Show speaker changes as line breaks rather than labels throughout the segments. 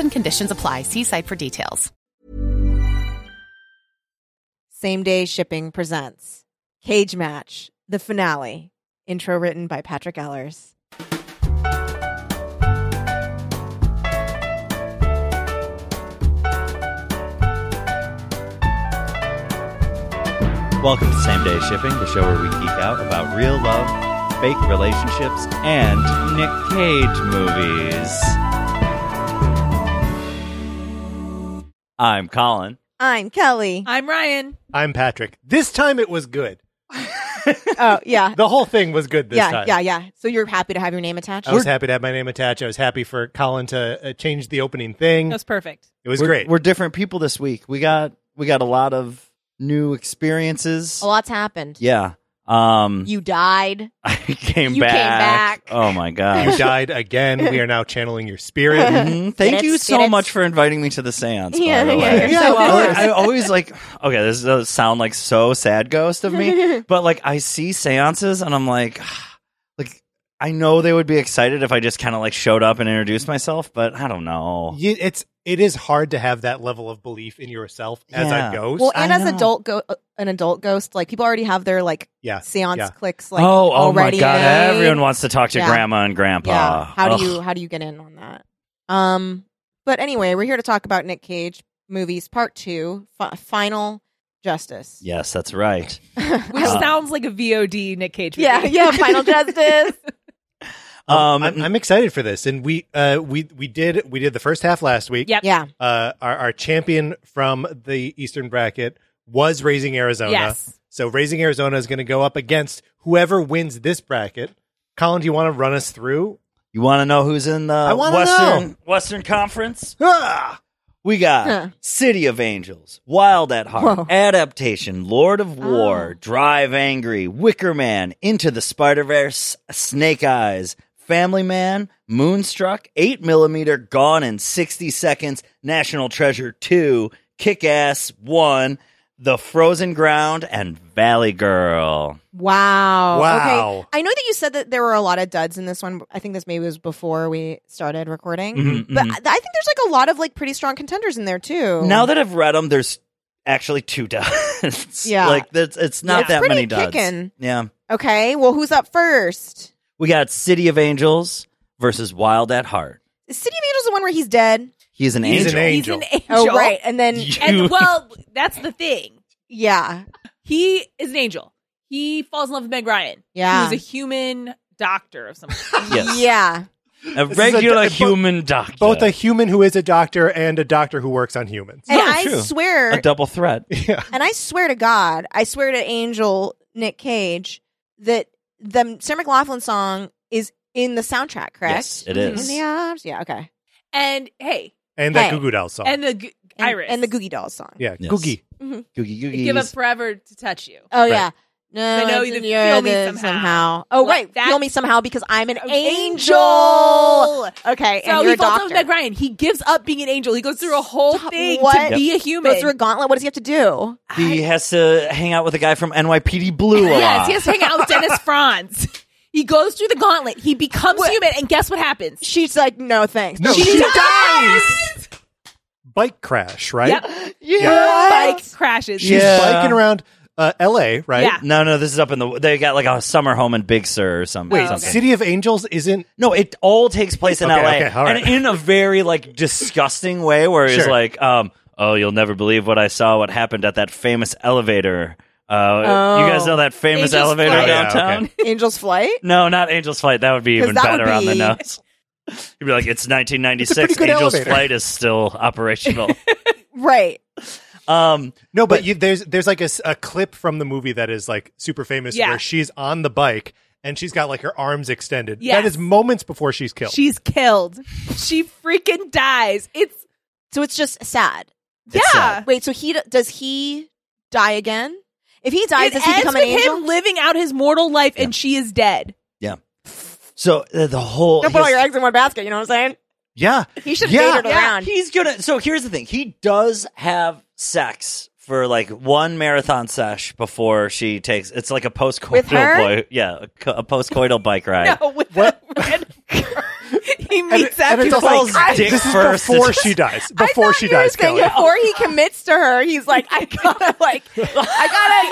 and conditions apply. See site for details.
Same Day Shipping presents Cage Match, the finale. Intro written by Patrick Ellers.
Welcome to Same Day Shipping, the show where we geek out about real love, fake relationships, and Nick Cage movies. I'm Colin.
I'm Kelly.
I'm Ryan.
I'm Patrick. This time it was good.
oh, yeah.
The whole thing was good this
yeah,
time.
yeah, yeah. So you're happy to have your name attached?
I was happy to have my name attached. I was happy for Colin to uh, change the opening thing.
That was perfect.
It was
we're,
great.
We're different people this week. We got we got a lot of new experiences.
A lot's happened.
Yeah. Um
You died.
I came
you came
back.
back.
Oh my
you
gosh.
died again. We are now channeling your spirit.
Mhm. Thank
Get it,
you
get
so
it.
much for inviting me to the seance. by
Yeah,
the
yeah,
way.
you're so
I-
welcome.
I always like okay, this does sound like so sad ghost of me, but like I see seances and I'm like, like I know they would be excited if I just kind of like showed up and introduced myself, but I don't know.
You- it's it is hard to have that level of belief in yourself as
Yeah.
a ghost.
Well,
I
and as
know.
adult go- uh, an adult ghost, like people already have their like
yeah,
seance
yeah.
clicks like
oh, oh my
already
god!
made.
Everyone wants to talk to
Yeah.
grandma and grandpa.
Yeah. How
Ugh.
do you how do you get in on that? Um but anyway, we're here to talk about Nick Cage movies part 2, fi- Final Justice.
Yes, that's right.
Which
Uh,
sounds like a VOD Nick Cage movie.
yeah, yeah, Final Justice. Oh,
Um,
I'm, I'm excited for this, and we uh, we we did we did the first half last week.
Yep.
Yeah.
Uh, our, our champion from the Eastern bracket was Raising Arizona.
Yes.
So Raising Arizona is going to go up against whoever wins this bracket. Colin, do you want to run us through?
You want to know who's in the
I wanna
Western Western Conference? Ah! We got
Huh.
City of Angels, Wild at Heart,
Whoa.
Adaptation, Lord of War,
Oh.
Drive Angry, Wicker Man, Into the Spider Verse, Snake Eyes, Family Man, Moonstruck, 8 Millimeter, Gone in 60 Seconds, National Treasure 2, Kick Ass 1, The Frozen Ground, and Valley Girl.
Wow.
Wow.
Okay. I know that you said that there were a lot of duds in this one. I think this maybe was before we started recording.
Mhm,
Mm-hmm. But
mhm.
I I think there's like a lot of like pretty strong contenders in there too.
Now that I've read them, there's actually two duds.
Yeah.
like that's it's not
It's
that
pretty
many duds.
kickin'.
Yeah,
Okay, well who's up first?
we got City of Angels versus Wild at Heart.
Is City of Angels the one where he's dead?
He's an
He's
angel.
an
He's
angel.
an angel.
Oh right. And then
You-
And well, that's the thing.
yeah.
He is an angel. He falls in love with Meg Ryan.
Yeah.
Who's a human doctor of some kind.
yes,
Yeah.
a
is a
regular
do-
human doctor.
Both a human who is a doctor and a doctor who works on humans.
And
not
I
true.
swear
a double threat.
Yeah.
And I swear to God, I swear to Angel Nick Cage that the Sarah McLaughlin song is in the soundtrack, correct?
Yes, it
In
is.
the arms, yeah, okay.
And hey,
And that
Hey.
Goo Goo Dolls song.
and the g-
And,
Iris
and the Googie Dolls song.
yeah,
Yes.
Googie.
Googie
Give up
Googies.
forever to touch you.
Oh yeah, No,
I know
it's
you
in
feel
your-
me
the-
somehow.
Oh,
Like,
right.
that-
Feel me somehow because I'm an
An
angel.
angel.
Okay,
So
and you're
he
a
falls in love
doctor.
with Meg Ryan. He gives up being an angel. He goes through a whole
Stop.
thing
What?
to be a
Goes
human.
through a gauntlet. What does he have to do?
He has to hang out with a guy from NYPD Blue a lot.
yes, he has to hang out with Dennis Franz. He goes through the gauntlet. He becomes human, and guess what happens?
She's like, no, thanks.
No,
she,
she
dies.
Bike crash, right?
Yep.
Yeah.
Bike crashes.
She's
Yeah.
biking around uh, L.A., right?
Yeah.
No, no, this is up in the. They got like a summer home in Big Sur or
Oh,
some- something.
Wait, City of Angels isn't
No, it all takes place in
Okay,
LA.
okay, all right.
And in a very like disgusting way where it's
Sure.
like, um, oh, you'll never believe what I saw, what happened at that famous elevator. Uh, you guys know that famous
Angel's
elevator
Flight.
Yeah, okay.
downtown?
Angel's flight.
No, not Angel's Flight. That would be
'Cause
even
that would
better on the
be-
nose. You'd be like, it's 1996.
It's a pretty good
Angel's
elevator.
Flight is still operational.
Right.
um,
No, but, you, there's there's like a, s- a clip from the movie that is like super famous
Yeah.
where she's on the bike and she's got like her arms extended.
Yes.
That is moments before she's killed.
She's killed. She freaking dies. It's
So it's just sad.
It's uh,
yeah.
sad.
Wait, so he does he die again? If he dies,
it
does he
ends
become
with
an angel?
him living out his mortal life, and she is dead.
so uh, the whole.
Don't put all
his-
your eggs in one basket. You know what I'm saying?
yeah.
He should have
Yeah.
dated around.
He's gonna. So here's the thing. He does have sex for like one marathon sesh before she takes. It's like a post
With her?
coital boy. Yeah, a co- a post coital bike ride.
No, with
What?
the red He meets that.
and it's also
Falls
like,
dick
this is
first.
before
It's-
she dies.
I
Before
thought
she
you were
dies,
saying
Kelly.
Before he commits to her, he's like, I gotta like,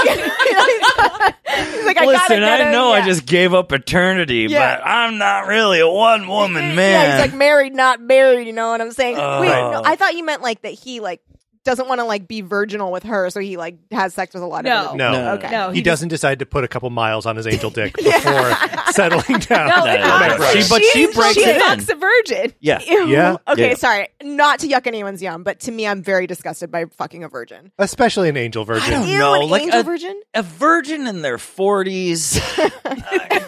I gotta. he's like, I gotta.
Listen,
get
I
him.
know
Yeah.
I just gave up eternity,
Yeah.
but I'm not really a one woman man.
Yeah, he's like married, not buried. You know what I'm saying?
Oh.
Wait, no, I thought you meant like that. He like doesn't want to like be virginal with her, so he like has sex with a lot
No.
of.
no.
No.
Okay.
No,
He doesn't decide to put a couple miles on his angel dick before settling down.
No,
No,
it's
no,
not.
uh,
no, no. She- but she breaks
she
it in.
fucks a virgin.
yeah.
Ew.
Yeah.
Okay,
Yeah.
sorry. Not to yuck anyone's yum, but to me, I'm very disgusted by fucking a virgin.
Especially an angel virgin.
don't
Ew,
Oh, No,
an
like
angel
a-
virgin.
A virgin in their 40s.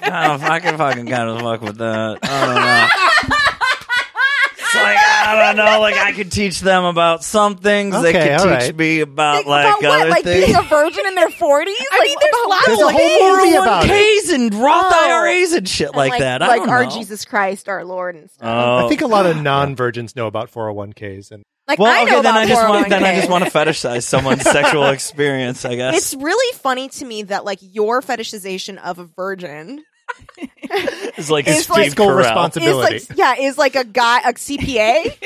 I, I can fucking kind of fuck with that. I don't know. It's like, I don't know. Like, I could teach them about some things. they
Okay,
could
all
teach
right.
me about,
Think
like,
about what?
other
Like
things.
being a virgin in their 40s?
I mean, there's lots
There's
of
a whole movie about it.
Ks and Roth
Oh.
IRAs and shit like, that. I
Like
don't
our
know.
Jesus Christ, our Lord, and stuff.
Oh.
I think a lot of non virgins know about 401ks. And
like
well,
I
okay,
know
then
about
I just want
401k.
then I just want to fetishize someone's sexual experience. I guess
It's really funny to me that like your fetishization of a virgin
it's, like
it's like-
Steve Carell.
responsibility.
is like
Ability.
yeah is like a guy a CPA.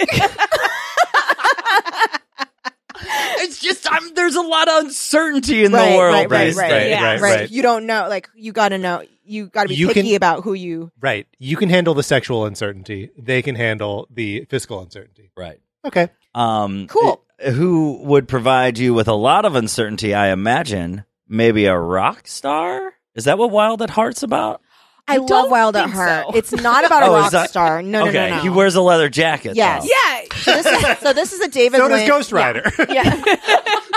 It's just I'm, there's a lot of uncertainty in
Right,
the world
right, right,
these
right,
days.
Yeah.
right,
right.
right.
You don't know. Like you got to know. You got to be
You
picky
can-
about who you.
Right. You can handle the sexual uncertainty, they can handle the fiscal uncertainty.
Right.
Okay.
Um,
Cool.
uh, Who would provide you with a lot of uncertainty? I imagine maybe a rock star. Is that what Wild at Heart's about?
I,
I
love
don't
Wild at
think
Heart.
so.
It's not about a
Oh, is
rock
that-
star. No, no,
okay,
no, no.
he wears a leather jacket.
Yes.
though.
Yeah.
So this is, so this is a David.
So does
Lynch-
Ghost Rider.
Yeah.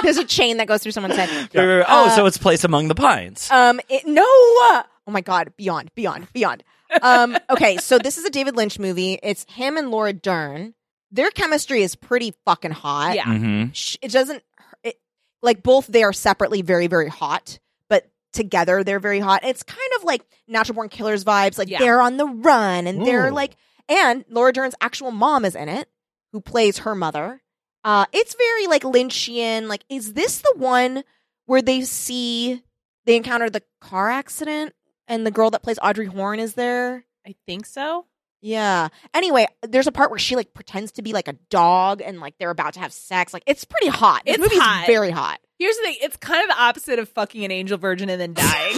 There's a chain that goes through someone's head.
Wait, wait, wait. Oh,
Uh,
so it's Place Among the Pines.
Um, it, no. Oh my God. Beyond, beyond, beyond. Um, okay. So this is a David Lynch movie. It's him and Laura Dern. Their chemistry is pretty fucking hot.
Yeah.
hmm
Sh- It doesn't, it, like, both they are separately very, very hot, but together they're very hot. It's kind of like natural born killers vibes. Like,
Yeah.
they're on the run and they're
Ooh.
like, and Laura Dern's actual mom is in it, who plays her mother. Uh, it's very like Lynchian. Like, is this the one where they see they encounter the car accident and the girl that plays Audrey Horn is there?
I think so.
Yeah. Anyway, there's a part where she like pretends to be like a dog and like they're about to have sex. Like, it's pretty hot. This
It's
movie's
hot.
very hot.
Here's the thing. It's kind of the opposite of fucking an angel virgin and then dying.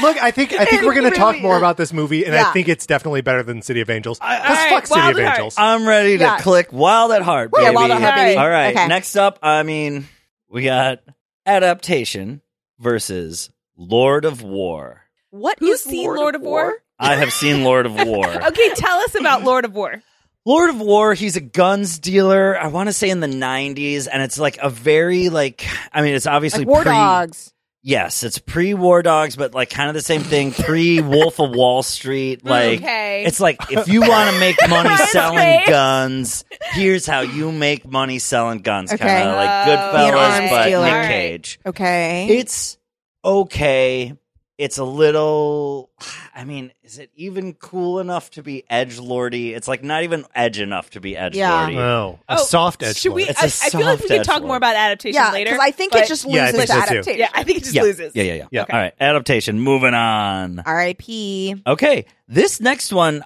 Look, I think I think
It
we're going to talk
really
more
is.
about this movie, and
Yeah.
I think it's definitely better than City of Angels.
I-
Let's
all
fuck
right,
City
Wild
of
at Heart.
Angels.
I'm ready to
Yeah.
click Wild at Heart,
Yeah,
baby.
Wild at Heart, baby.
All right.
Okay.
Next up, I mean, we got adaptation versus Lord of War.
What
Who's
is
seen Lord of War?
I have seen Lord of War.
okay, tell us about Lord of War.
Lord of War, he's a guns dealer, I want to say in the 90s, and it's like a very, like, I mean, it's obviously
Like War
pre-
Dogs.
Yes, it's pre War Dogs, but like kind of the same thing. Pre Wolf of Wall Street. Like
Okay.
it's like if you want to make money
Ryan's
selling
face.
guns, here's how you make money selling guns.
Okay.
Kind of like
Be an
Goodfellas,
arms
but
dealer.
Nick
Alright.
Cage.
Okay.
It's okay. It's a little. I mean, is it even cool enough to be edge lordy? It's like not even edge enough to be edge
Yeah.
lordy.
No, a
Oh,
soft edge.
Should we? I,
It's
I
a
feel like we
soft
can talk
edgelord.
more about adaptation
yeah,
later.
because I think
but-
it just
Yeah, I
loses
think so, too.
adaptation.
yeah, I think it just
yeah.
loses.
Yeah, yeah, yeah,
Yeah.
All right, adaptation. Moving on.
R.I.P.
Okay, this next one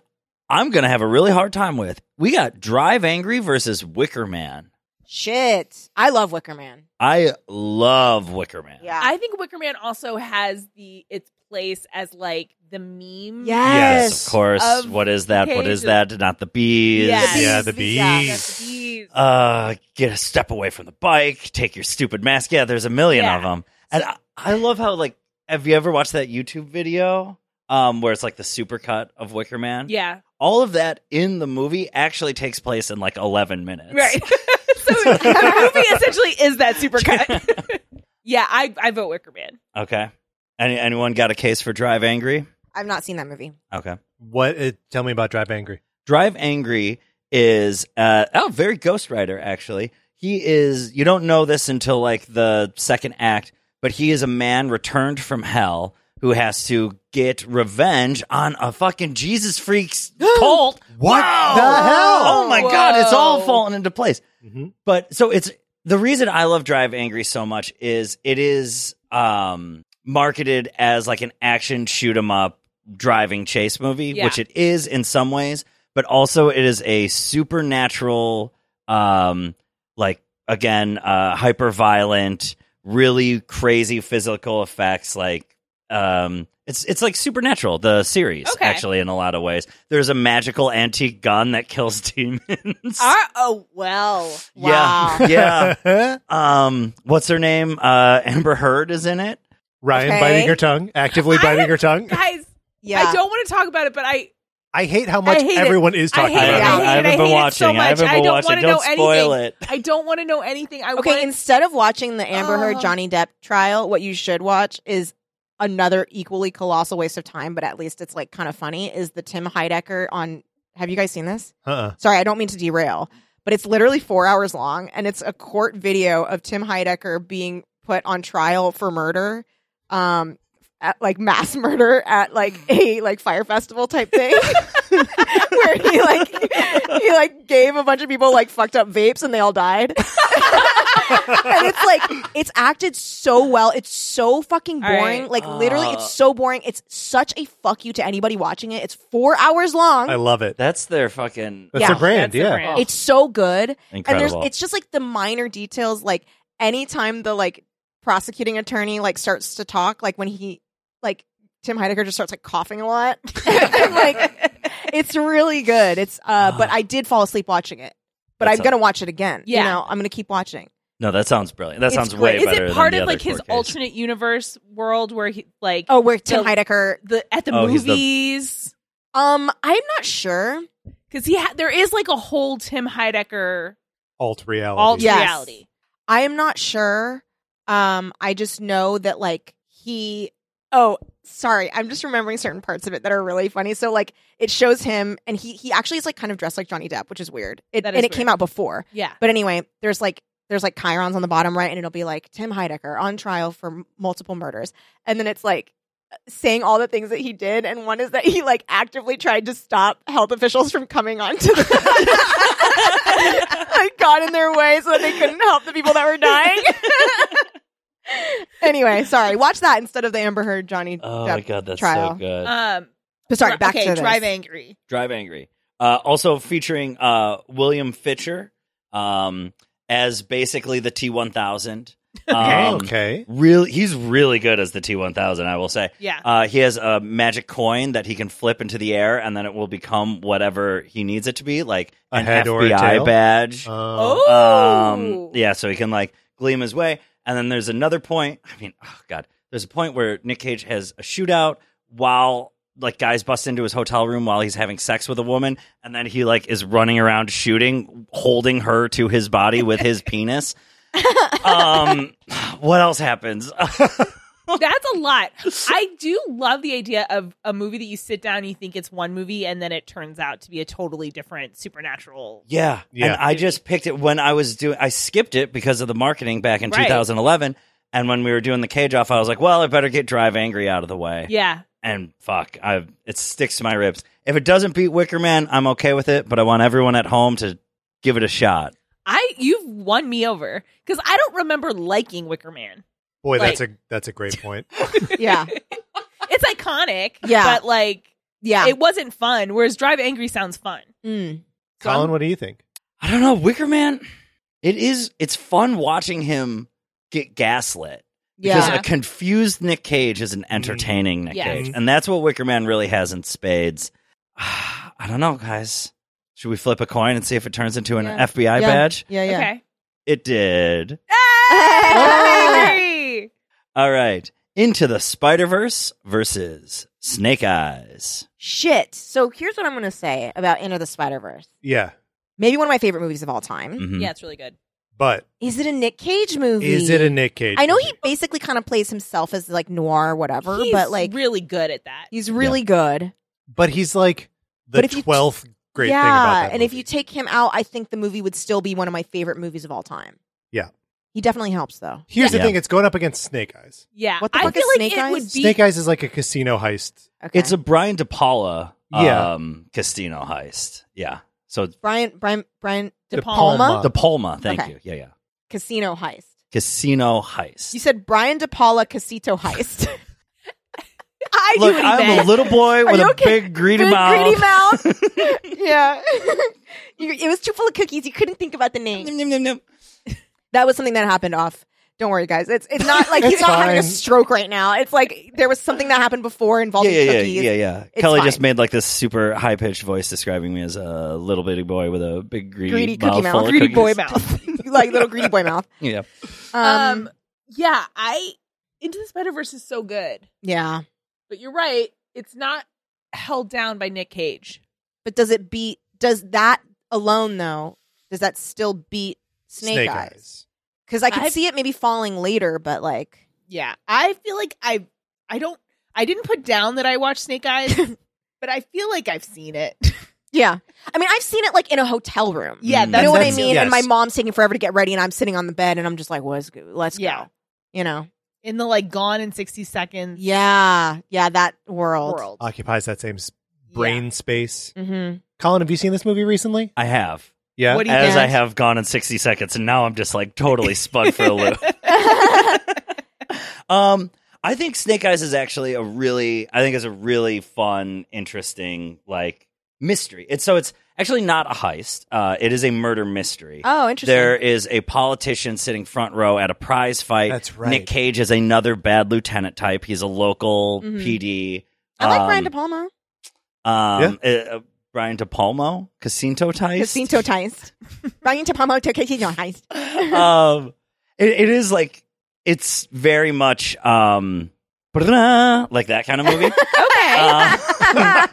I'm gonna have a really hard time with. We got Drive Angry versus Wicker Man.
Shit. I love Wicker Man.
I love Wicker Man.
Yeah.
I think Wicker Man also has the its place as like the meme.
yes.
Of course.
Of
what is that? What is
Cage-
that? Not the bees.
Yes.
Yeah, the
Yeah,
bees.
the bees.
Uh, get a step away from the bike. Take your stupid mask. Yeah, there's a million
Yeah.
of them. And I, I love how like have you ever watched that YouTube video um where it's like the supercut of Wicker Man?
yeah.
All of that in the movie actually takes place in like 11 minutes.
Right. so the movie essentially is that supercut. yeah, I I vote Wicker Man.
Okay. Any, anyone got a case for Drive Angry?
I've not seen that movie.
Okay.
What? Uh, tell me about Drive Angry.
Drive Angry is uh oh, very Ghost Rider actually. He is you don't know this until like the second act, but he is a man returned from hell who has to get revenge on a fucking Jesus freaks cult.
What
Wow.
the hell?
Oh my god, it's all
Whoa.
falling into place.
Mhm.
But so it's the reason I love Drive Angry so much is it is um marketed as like an action shoot 'em up driving chase movie,
Yeah.
which it is in some ways, but also it is a supernatural um like again uh hyper violent, really crazy physical effects like um it's it's like supernatural the series
Okay.
actually in a lot of ways. There's a magical antique gun that kills demons.
oh well.
Wow.
Yeah. Yeah. Um, what's her name? Uh, Amber Heard is in it.
Ryan
Okay.
biting her tongue, actively
I
biting
would-
her tongue.
Guys,
Yeah.
I don't want to talk about it, but I
I hate how much
hate it.
everyone is
I
talking
hate it.
I
about.
hate
I haven't
it.
been
hate it so
watching. I
much.
haven't
I
been
don't
watching.
wanna
Don't
know
spoil
anything.
it.
I don't want to know anything. I
Okay,
want
instead of watching the Amber Heard
Oh.
Johnny Depp trial, what you should watch is another equally colossal waste of time, but at least it's like kind of funny. Is the Tim Heidecker on? Have you guys seen this?
Uh-uh.
Sorry, I don't mean to derail, but it's literally four hours long, and it's a court video of Tim Heidecker being put on trial for murder, um, at like mass murder at like a like fire festival type thing, where he like he like gave a bunch of people like fucked up vapes and they all died. and it's like it's acted so well. It's so fucking
All right.
boring. Like literally, it's so boring. It's such a fuck you to anybody watching it. It's four hours long.
I love it.
That's their fucking
That's
Yeah.
their brand.
That's their
yeah.
brand.
It's so good. And
incredible.
there's it's just like the minor details, like anytime the like prosecuting attorney like starts to talk, like when he like Tim Heidecker just starts like coughing a lot. And, like it's really good. It's uh but I did fall asleep watching it. But
Ah. That's
I'm gonna watch it again.
Yeah.
You know, I'm gonna keep watching.
no, that sounds brilliant. That
It's
sounds way
great.
is
better.
it part
than
of
the other
like his
court case.
alternate universe world where he like
Oh, where Tim
The-
Heidecker
the at the
Oh, he's the-
movies
um I'm not sure.
because he ha- there is like a whole Tim Heidecker
Alt
Oh,
reality.
alt
Yes.
reality.
I am not sure. Um, I just know that like he. Oh, sorry. I'm just remembering certain parts of it that are really funny. So like it shows him, and he he actually is like kind of dressed like Johnny Depp, which is weird. It,
That
and
is
it came
weird.
out before.
Yeah.
But anyway, there's like there's like chirons on the bottom right, and it'll be like Tim Heidecker on trial for m- multiple murders, and then it's like saying all the things that he did, and one is that he like actively tried to stop health officials from coming onto the like got in their way so that they couldn't help the people that were dying. anyway, sorry. Watch that instead of the Amber Heard Johnny
Oh
Depp
my god, that's
trial.
so good.
Um.
But sorry, back
okay,
to this.
Drive Angry.
Drive Angry. Uh, also featuring uh, William Fitcher um, as basically the T1000. Um,
Oh, okay.
Really, he's really good as the T1000. I will say.
Yeah.
Uh, he has a magic coin that he can flip into the air, and then it will become whatever he needs it to be, like
A
an
head
FBI
or a tail?
badge.
Oh.
oh.
Um, yeah, so he can like gleam his way. And then there's another point. I mean, oh god, there's a point where Nick Cage has a shootout while like guys bust into his hotel room while he's having sex with a woman, and then he like is running around shooting, holding her to his body with his penis. Um, what else happens?
That's a lot. I do love the idea of a movie that you sit down, you think it's one movie, and then it turns out to be a totally different supernatural.
Yeah.
Yeah.
And I just picked it when I was doing, I skipped it because of the marketing back in
Right.
2011. And when we were doing the cage off, I was like, well, I better get Drive Angry out of the way.
Yeah.
And fuck, I it sticks to my ribs. If it doesn't beat Wicker Man, I'm okay with it, but I want everyone at home to give it a shot.
I you've won me over because I don't remember liking Wicker Man.
Boy,
Like-
that's a that's a great point.
Yeah.
It's iconic,
Yeah.
but like
Yeah.
it wasn't fun. Whereas Drive Angry sounds fun.
Mm.
So I'm-
Colin, what do you think?
I don't know, Wicker Man, it is, it's fun watching him get gaslit. Because
Yeah.
a confused Nick Cage is an entertaining Nick
Yeah.
Cage. And that's what Wicker Man really has in spades. I don't know, guys. Should we flip a coin and see if it turns into an
Yeah. Yeah.
FBI badge?
Yeah. Yeah.
Okay.
It did.
Drive Angry!
All right. Into the Spider Verse versus Snake Eyes.
Shit. So here's what I'm going to say about Enter the Spider Verse.
Yeah,
Maybe one of my favorite movies of all time.
Mm.
Mhm.
Yeah, it's really good.
but
Is it a Nick Cage movie?
is it a Nick Cage?
I know
movie?
he basically kind of plays himself as like noir, or whatever,
He's
but like
really good at that.
he's really good.
but he's like the
But if you t-
twelfth great
yeah,
thing about that.
and if you
movie.
take him out, I think the movie would still be one of my favorite movies of all time.
Yeah.
he definitely helps though.
here's the
Yeah.
thing, it's going up against Snake Eyes.
Yeah,
What the
I
fuck
feel
is
like
Snake
it
Eyes?
would be.
Snake Eyes is like a casino heist.
Okay,
It's a Brian De Paula
Yeah.
um, Castino heist. Yeah. So
Brian Brian Brian
De
De
Palma.
Palma.
De Palma. Thank
Uh, Okay.
you. Yeah, yeah.
Casino Heist.
Casino heist.
You said Brian De Paula Casito Heist.
I knew
Look,
what he
I'm
meant.
a little boy with
you
a
okay?
big greedy
Big
mouth.
greedy mouth. yeah, You- it was too full of cookies. You couldn't think about the name. That was something that happened off. Don't worry, guys. It's it's not like he's
It's
not having a
fine.
stroke right now. It's like there was something that happened before
Yeah,
involving
yeah, yeah,
cookies.
yeah, yeah.
It's
Kelly
fine.
just made like this super high pitched voice describing me as a little bitty boy with a big greedy,
Greedy
mouth
cookie
full
mouth.
of
Greedy
cookies.
boy mouth.
like little greedy boy mouth.
Yeah,
Um,
Um, yeah, I Into the Spider Verse is so good,
yeah,
but you're right; it's not held down by Nick Cage.
but does it beat? Does that alone though? Does that still beat Snake, Eyes? Because I can
I've-
see it maybe falling later, but like,
Yeah, I feel like I, I don't, I didn't put down that I watched Snake Eyes, but I feel like I've seen it.
yeah. I mean, I've seen it like in a hotel room.
Yeah,
Mm.
You
that's
know what I
That's-
mean? And my
yes.
mom's taking forever to get ready, and I'm sitting on the bed, and I'm just like, "Let's go, let's
Yeah.
go," you know?
In the like Gone in sixty seconds
Yeah, yeah, that world.
world,
Occupies that same s- brain space.
hmm
Colin, have you seen this movie recently?
I have.
Yeah.
What do you
As
think?
I have gone in sixty seconds, and now I'm just like totally spun for a loop. Um, I think Snake Eyes is actually a really, I think it's a really fun, interesting like mystery. It's so it's actually not a heist. Uh, it is a murder mystery.
Oh, interesting.
There is a politician sitting front row at a prize fight.
That's right.
Nick Cage is another bad lieutenant type. He's a local
Mhm.
PD.
I like
um,
Brian De Palma.
Um, uh, uh, Brian De Palmo, Casinto type.
Jacinto Heist. Brian De Palma to Casino Heist.
um, it, it is like it's very much um, like that kind of movie.
Okay.
Uh,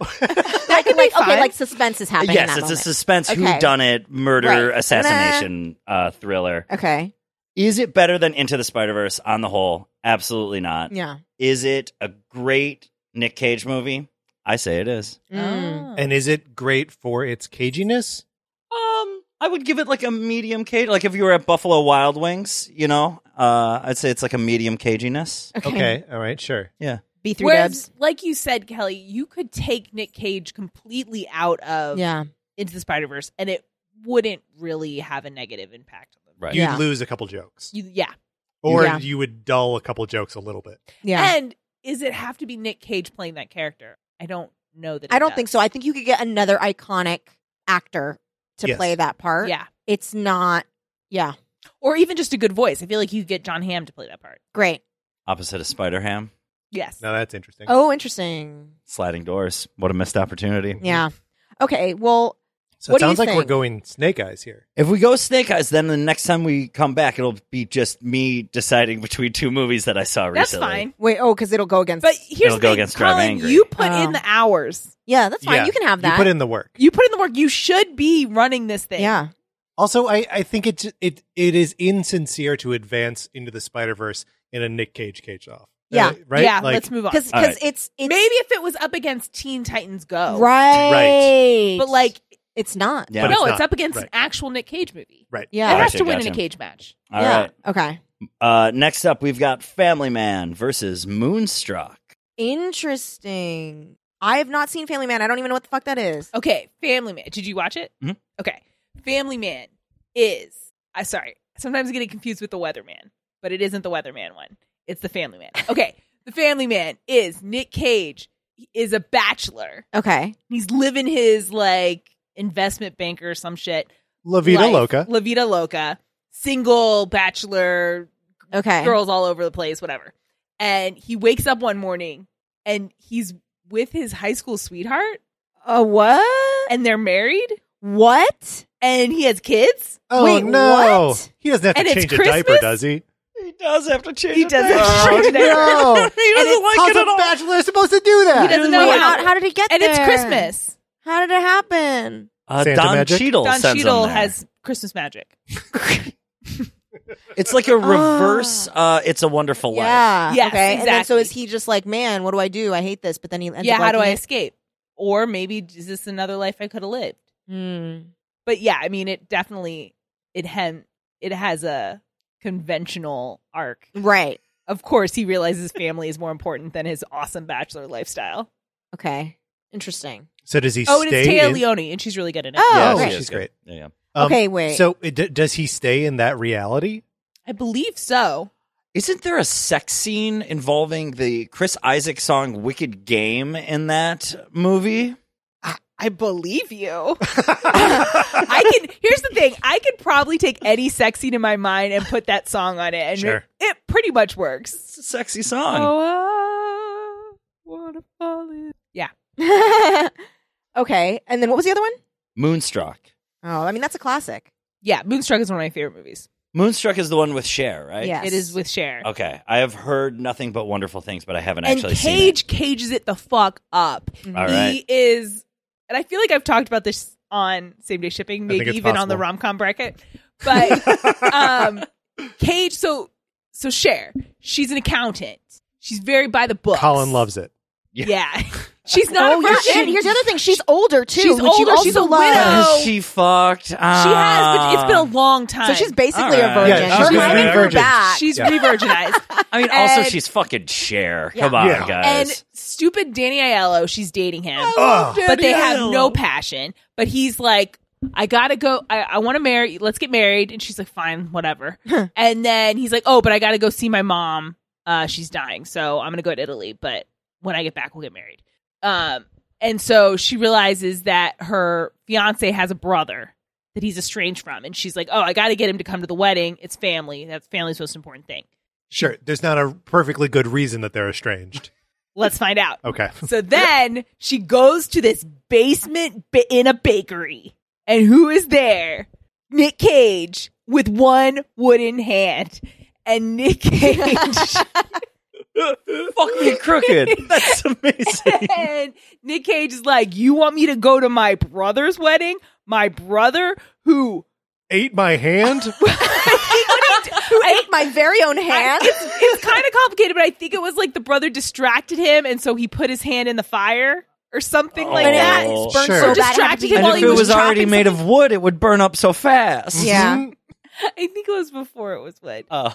I can
be
like okay,
fun.
like suspense is happening.
yes,
in that
it's a
moment.
suspense
Okay.
who done it murder
Right.
assassination uh, thriller.
Okay.
Is it better than Into the Spider Verse on the whole? Absolutely not.
Yeah.
Is it a great Nick Cage movie? I say it is.
Mm.
And is it great for its caginess?
Um, I would give it like a medium cage. Like if you were at Buffalo Wild Wings, you know, uh, I'd say it's like a medium caginess.
Oh. Okay.
Okay. All right. Sure.
B three
Whereas,
dubs.
like you said, Kelly, you could take Nick Cage completely out of
Yeah.
Into the Spider Verse, and it wouldn't really have a negative impact on them.
Right.
You'd
Yeah.
lose a couple jokes,
You, yeah.
or
Yeah.
you would dull a couple jokes a little bit.
Yeah.
And is it have to be Nick Cage playing that character? I don't know that.
I
it
don't
does.
think so. I think you could get another iconic actor to
Yes.
play that part.
Yeah,
It's not yeah.
or even just a good voice. I feel like you could get John Hamm to play that part.
Great.
Opposite of Spider Ham,
Yes.
Now that's interesting.
Oh, interesting.
sliding doors. What a missed opportunity.
Yeah. Okay. Well
so
what
it
do you
sounds like we're
think?
going Snake Eyes here.
If we go Snake Eyes, then the next time we come back, it'll be just me deciding between two movies that I saw
That's
recently.
fine.
wait, oh, because it'll go against
But here's
It'll
the
go
thing,
against Drive
Colin,
Angry.
you put
Oh.
in the hours.
Yeah, that's fine.
Yeah.
You can have that.
You put in the work.
You put in the work. You should be running this thing.
Yeah.
Also, I, I think it it it is insincere to advance into the Spider Verse in a Nick Cage cage off. Uh,
Yeah.
right.
Yeah,
Like,
let's move on.
because
All right.
it's, it's
Maybe if it was up against Teen Titans Go.
right,
But like
it's not.
Yeah.
But
no,
it's
it's,
not.
up against
Right.
an actual Nick Cage movie.
Right.
Yeah.
It has
Gotcha,
to win in
gotcha.
a cage match.
All
yeah.
right.
Okay.
Uh, next up, we've got Family Man versus Moonstruck.
Interesting. I have not seen Family Man. I don't even know what the fuck that is.
Okay, Family Man. Did you watch it?
Mm-hmm.
Mhm.
Okay, Family Man is. I sorry. Sometimes I get it confused with the Weatherman, but it isn't the Weatherman one. It's the Family Man. Okay, the Family Man is Nick Cage He is a bachelor.
Okay.
He's living his like investment banker or some shit.
La Vida
life.
Loca.
La Vida Loca. Single bachelor
Okay.
girls all over the place, whatever. And he wakes up one morning and he's with his high school sweetheart
A what?
and they're married
What?
and he has kids.
Oh
Wait,
no,
what?
he doesn't have to
And it's
change a
Christmas?
diaper, does he?
He does have to change. Oh,
He does have to change it.
he
doesn't
like How's it a bachelor supposed to do that?
He doesn't know
Wait,
how.
how, how did it get
and
there?
it's Christmas.
How did it happen?
Uh,
Santa
Don
magic?
Cheadle
Don
sends him
Cheadle
there.
has Christmas magic.
It's like
Oh.
a reverse. Uh, it's a Wonderful Life.
Yeah.
Yes,
okay. And then so
exactly.
is he just like, man, what do I do? I hate this. But then he ends
yeah,
up
how do I
liking
escape? Or maybe is this another life I could have lived?
it. Hmm.
But yeah, I mean, it definitely it hen it has a conventional arc.
Right.
Of course, he realizes family is more important than his awesome bachelor lifestyle.
Okay. Interesting.
So does he
Oh, and
stay?
it's Taya
in-
Leone, and she's really good in it.
Oh,
Yeah,
Oh,
okay.
she is
she's
good.
great.
Yeah, yeah.
Um,
okay. Wait.
So it, d- does he stay in that reality?
I believe so.
Isn't there a sex scene involving the Chris Isaac song "Wicked Game" in that movie?
I believe you. I can. Here's the thing. I could probably take any sex scene in my mind and put that song on it, and
Sure.
it, it pretty much works.
It's a sexy song.
Oh, I wanna fall in. Yeah.
okay. And then what was the other one?
Moonstruck.
Oh, I mean that's a classic.
Yeah. Moonstruck is one of my favorite movies.
Moonstruck is the one with Cher, right?
Yes.
It is with Cher.
Okay, I have heard nothing but wonderful things, but I haven't
and
actually
Cage cages it the fuck up.
seen it. All right.
He is, and I feel like I've talked about this on same day shipping,
I think
maybe
it's
even on the
possible.
rom com bracket. But um, Cage, so so Cher, she's an accountant. She's very by the book.
Colin loves it.
Yeah, she's not.
Oh,
a
yeah.
virgin.
And here's the other thing. She's older too.
She's
which you
older,
also
she's a
love.
widow.
Has
Oh.
she fucked? She
She has, but it's been
Ah.
a long time.
So she's basically
All right.
a virgin.
Yeah, she's
Her
basically
hymen
a
grew
virgin.
back.
she's
Yeah.
re-virginized.
Ah. I mean, also
and-
she's fucking Cher.
Yeah.
Come on,
Yeah.
guys.
and stupid Danny Aiello, she's dating him.
Oh,
but they have no passion. But he's like, I gotta go. I, I want to marry. Let's get married. And she's like, fine, whatever. and then he's like, oh, but I gotta go see my mom. Uh, she's dying, so I'm gonna go to Italy. But when I get back, we'll get married. Um, and so she realizes that her fiance has a brother that he's estranged from, and she's like, oh, I gotta get him to come to the wedding. It's family. That's family's most important thing.
sure. There's not a perfectly good reason that they're estranged.
Let's find out.
Okay.
So then she goes to this basement ba- in a bakery. And who is there? Nick Cage with one wooden hand. And Nick Cage
Fuck me crooked. That's amazing.
and Nick Cage is like, "You want me to go to my brother's wedding? My brother who
Ate my hand.
Who ate my very own hand?
it's kind of complicated, but I think it was like the brother distracted him and so he put his hand in the fire or something like
Oh.
that.
It's
burned
Sure.
so bad.
Distracted
it
him
had
and
to
while
be
if
he
it
was
was already
chopping
made
something-
of wood, it would burn up so fast.
Yeah.
I think it was before it was wood.
Oh.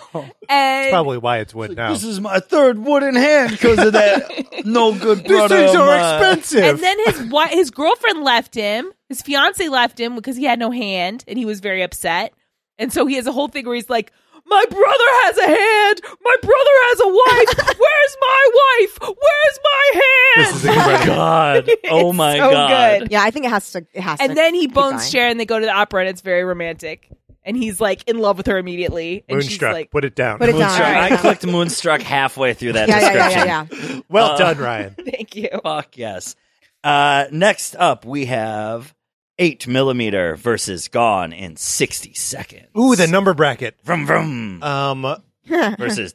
And
Probably why it's wood now.
This is my third wooden hand because of that no good brother. of mine.
And then his wi his girlfriend left him. His fiance left him because he had no hand, and he was very upset. And so he has a whole thing where he's like, "My brother has a hand. My brother has a wife. Where's my wife? Where's my hand?"
This is incredible.
God. Oh
It's
my
so
God.
good.
Yeah, I think it has to. It has to.
and then he
keep
bones
going.
Cher, and they go to the opera, and it's very romantic. And he's like in love with her immediately. And
Moonstruck.
she's like,
put it down.
Put it down.
Moonstruck.
Alright.
I clicked Moonstruck halfway through that
Yeah, yeah, yeah,
description.
yeah, yeah.
Well
Uh,
done, Ryan.
"Thank you."
Fuck yes. Uh, next up, we have eight millimeter versus Gone in sixty seconds.
Ooh, the number bracket.
vroom vroom
Um,
versus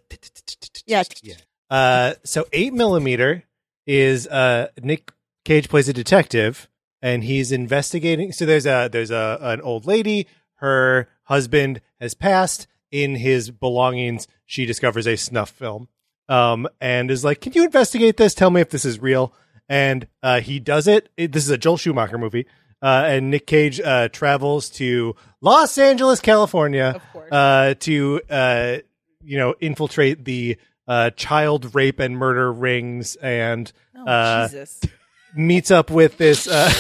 Yeah.
Uh, so eight millimeter is uh Nick Cage plays a detective and he's investigating. So there's a there's a an old lady. Her husband has passed, in his belongings, she discovers a snuff film um, and is like, Can you investigate this? Tell me if this is real. And uh, he does it. It- This is a Joel Schumacher movie. Uh, and Nick Cage uh, travels to Los Angeles, California,
Of course.
uh, to uh, you know infiltrate the uh, child rape and murder rings, and
Oh,
uh,
Jesus.
meets up with this uh,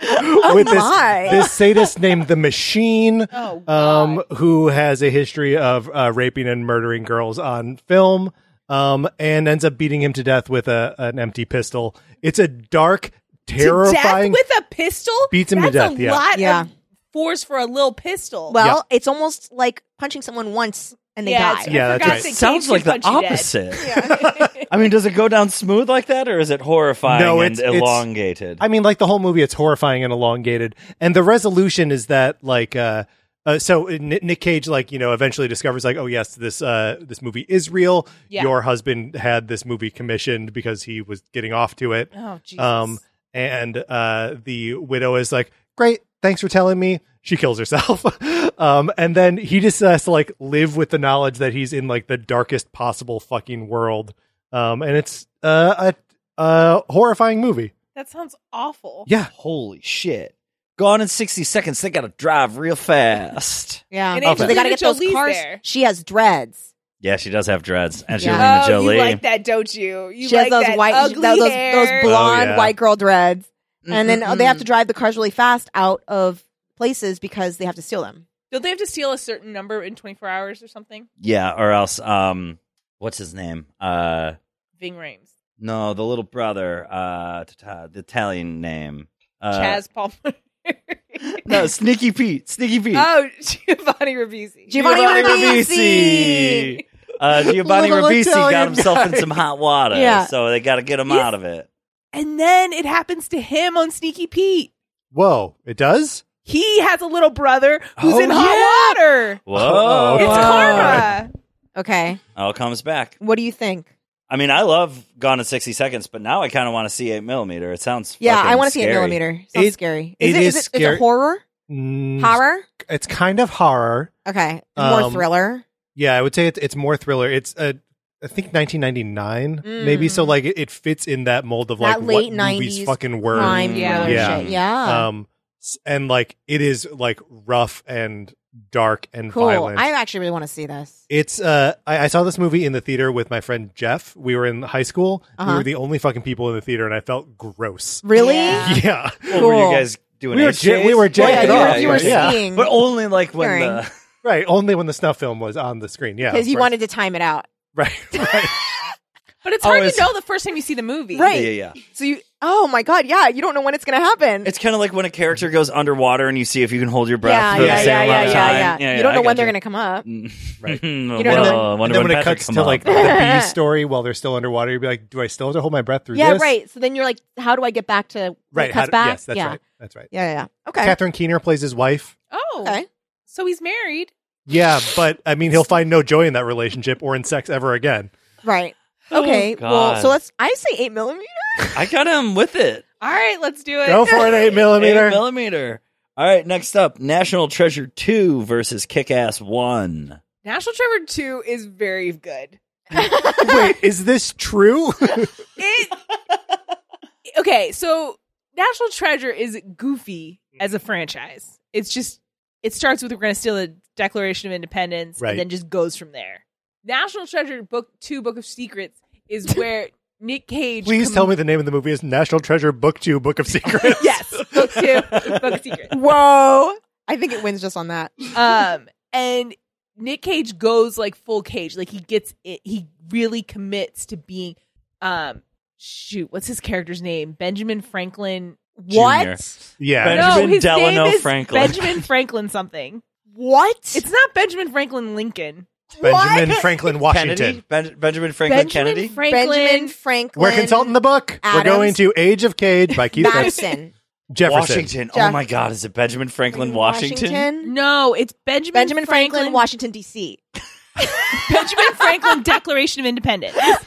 with
my.
this, this sadist named the Machine,
Oh,
um, who has a history of uh, raping and murdering girls on film, um, and ends up beating him to death with a an empty pistol. It's a dark,
To
terrifying.
death with a pistol?
Beats him to
That's
death,
a
yeah.
lot
Yeah.
of force for a little pistol.
Well, it's almost like punching someone once and they
yeah,
die.
it's- I
Yeah, that's
forgot
right.
that Cage
Sounds
can
like the
punch you dead.
opposite. I mean, does it go down smooth like that, or is it horrifying
No,
and
it's- it's-
elongated?
I mean, like the whole movie, it's horrifying and elongated. And the resolution is that like, uh, uh so Nick, Nick Cage, like you know, eventually discovers like, oh yes, this uh this movie is real.
Yeah.
Your husband had this movie commissioned because he was getting off to it.
Oh, Jesus.
Um, and uh, the widow is like, "Great, thanks for telling me." She kills herself, um, and then he just has to like live with the knowledge that he's in like the darkest possible fucking world. Um, and it's uh, a, a horrifying movie.
that sounds awful.
Yeah,
Holy shit! Gone in sixty seconds. They gotta drive real fast.
Yeah.
And
So they got
Angelina
to get those
Jolie's
cars.
there.
She has dreads.
Yeah, she does have dreads. Angelina
Yeah.
Oh,
Jolie.
you like that, don't you? You
she
like
has those
that
white,
ugly
those, those
hair.
blonde
Oh, yeah.
white girl dreads. And then
Mm,
uh,
mm,
they have
mm.
to drive the cars really fast out of places because they have to steal them.
Don't they have to steal a certain number in 24 hours or something?
Mm-hmm. Yeah, or else. Um, what's his name? Uh,
Ving Rames.
no, the little brother. Uh, t- t- the Italian name. Uh,
Chaz Palmer.
No, Sneaky Pete. Sneaky Pete.
oh, Giovanni Ribisi.
Giovanni
Ribisi. Uh, Giovanni
Little
Ribisi got
Italian
himself in
guy.
some hot water,
Yeah.
so they got to get him
He's-
out of it.
And then it happens to him on Sneaky Pete.
whoa, it does.
He has a little brother who's
Oh,
in hot water.
Whoa!
Oh,
It's
Wow.
karma.
Okay.
All comes back.
What do you think?
I mean, I love Gone in sixty seconds, but now I kind of want to see eight millimeter. It sounds
Yeah, I
want to
see eight millimeter. Sounds
It-
scary.
it is
it, It's
scary.
a horror.
Mm,
Horror.
It's kind of horror.
Okay. More
Um,
thriller.
Yeah, I would say it's it's more thriller. It's uh, I think 1999, maybe. So like it, it fits in that mold of like
Mm. That
what
late
movies
90s
fucking were.
Crime
Yeah.
thriller
Yeah.
shit. Yeah.
um s- and like it is like rough and dark and
cool.
violent
I actually really want to see this.
it's uh I, I saw this movie in the theater with my friend jeff we were in high school
Uh-huh.
we were the only fucking people in the theater and i felt gross
Really?
Yeah.
yeah
What were
Cool.
you guys doing?
We were
ape
ja- we
shades?
were
Well, yeah,
jacking
you were,
off,
you were
yeah.
seeing
but only like when
Hearing.
the
right only when the snuff film was on the screen yeah
because
of
you
course.
wanted to time it out.
right right
But it's
Oh,
hard
it's-
to know the first time you see the movie.
Right.
yeah, yeah, yeah.
So you, oh my god, yeah, you don't know when it's gonna happen.
It's kind of like when a character goes underwater and you see if you can hold your breath
yeah,
for
yeah,
the
yeah,
same
yeah,
amount
yeah,
of
yeah,
time.
you don't know when
I gotcha. Mm.
they're gonna come up.
Right.
you
don't know when-
and then when it cuts to like the b story while they're still underwater you'd be like do i still have to hold my breath through
Yeah,
this
right. So then you're like, how do I get back to when
right
It
how
cuts
do-
back.
yes that's
yeah.
right that's right
yeah, yeah, yeah. Okay,
Catherine Keener plays his wife.
Oh.
okay.
So he's married.
Yeah, but I mean, he'll find no joy in that relationship or in sex ever again.
right, okay. well,
Oh, God.
so let's. I say eight millimeter.
I got him with it.
All right, let's do it.
Go for an eight
Eight
millimeter.
millimeter. All right, next up, National Treasure Two versus Kick Ass One.
National Treasure 2 is very good.
Wait, is this true?
It, okay, so National Treasure is goofy
Mm-hmm.
as a franchise. It's just it starts with we're going to steal the Declaration of Independence
Right.
and then just goes from there. National Treasure Book 2 Book of Secrets is where Nick Cage
Please
com-
tell me the name of the movie is National Treasure Book Two, Book of Secrets.
Yes, Book 2 Book of Secrets.
Whoa, I think it wins just on that.
um and nick cage goes like full cage like he gets it he really commits to being um shoot what's his character's name benjamin franklin
What?
Yeah.
Benjamin
no his
Delano
name is
Franklin.
benjamin franklin something
What?
it's not benjamin franklin lincoln
Benjamin
What?
Franklin Washington.
Kennedy? Ben- Benjamin Franklin
benjamin
Kennedy?
franklin
Benjamin Franklin.
We're consulting the book.
Adams.
We're going to Age of Cage by Keith Hudson.
Madison.
Jefferson.
Washington.
Jeff-
Oh my God, is it Benjamin Franklin Washington?
no it's benjamin
Benjamin Franklin, Washington D.C.
benjamin franklin declaration of independence
If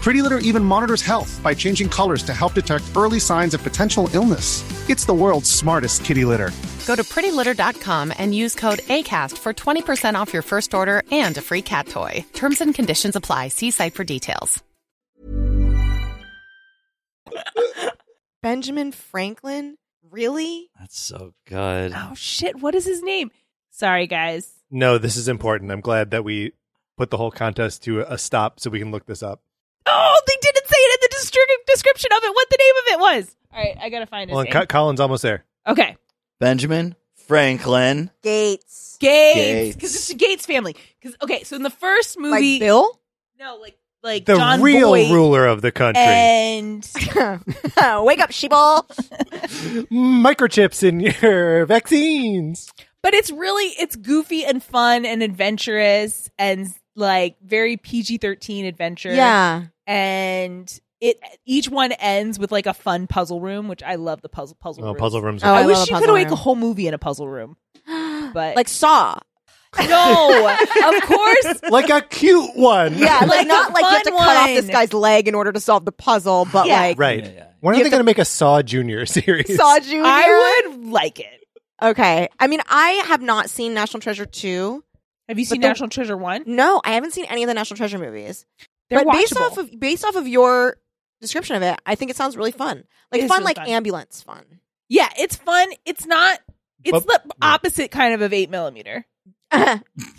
Pretty Litter even monitors health by changing colors to help detect early signs of potential illness. It's the world's smartest kitty litter.
Go to prettylitter.com and use code ACAST for 20% off your first order and a free cat toy. Terms and conditions apply. See site for details.
Benjamin Franklin? Really?
That's so good.
Oh shit! What is his name? Sorry, guys.
No, this is important. I'm glad that we put the whole contest to a stop so we can look this up.
Oh, they didn't say it in the distri- description of it. What the name of it was? All right, I gotta find it.
Well, and Co- Colin's almost there.
okay,
Benjamin Franklin.
Gates.
Gates,
Gates.
because it's the Gates family. 'Cause- okay, so in the first
Like
movie,
Bill?
no, like like
The
John
real
Boyd
ruler of the country.
Eh.
and
Wake up, sheeple.
Microchips in your vaccines.
but it's really it's goofy and fun and adventurous and like very PG thirteen adventure.
Yeah.
and it each one ends with like a fun puzzle room, which I love the puzzle puzzle
Oh,
room.
puzzle rooms.
Oh,
are-
I,
I
wish
love a
you could
puzzle
make a
room.
whole movie in a puzzle room. But-
like Saw.
No, of course.
like a cute one.
Oh. Yeah, like,
Like a
not like you have to
fun
cut off this
one.
guy's leg in order to solve the puzzle, but
Yeah.
like
Right.
Yeah, yeah.
When are
You have
they
to-
going to make a Saw Junior series?
Saw Junior.
I would like it.
Okay. I mean, I have not seen National Treasure 2.
Have you seen
the-
National Treasure One?
No, I haven't seen any of the National Treasure movies.
They're
but based
watchable.
off of based off of your description of it, I think it sounds really fun. Like
It is
fun
really
like
fun.
ambulance fun.
yeah, it's fun. It's not. It's the
But-
opposite kind of of eight millimeter.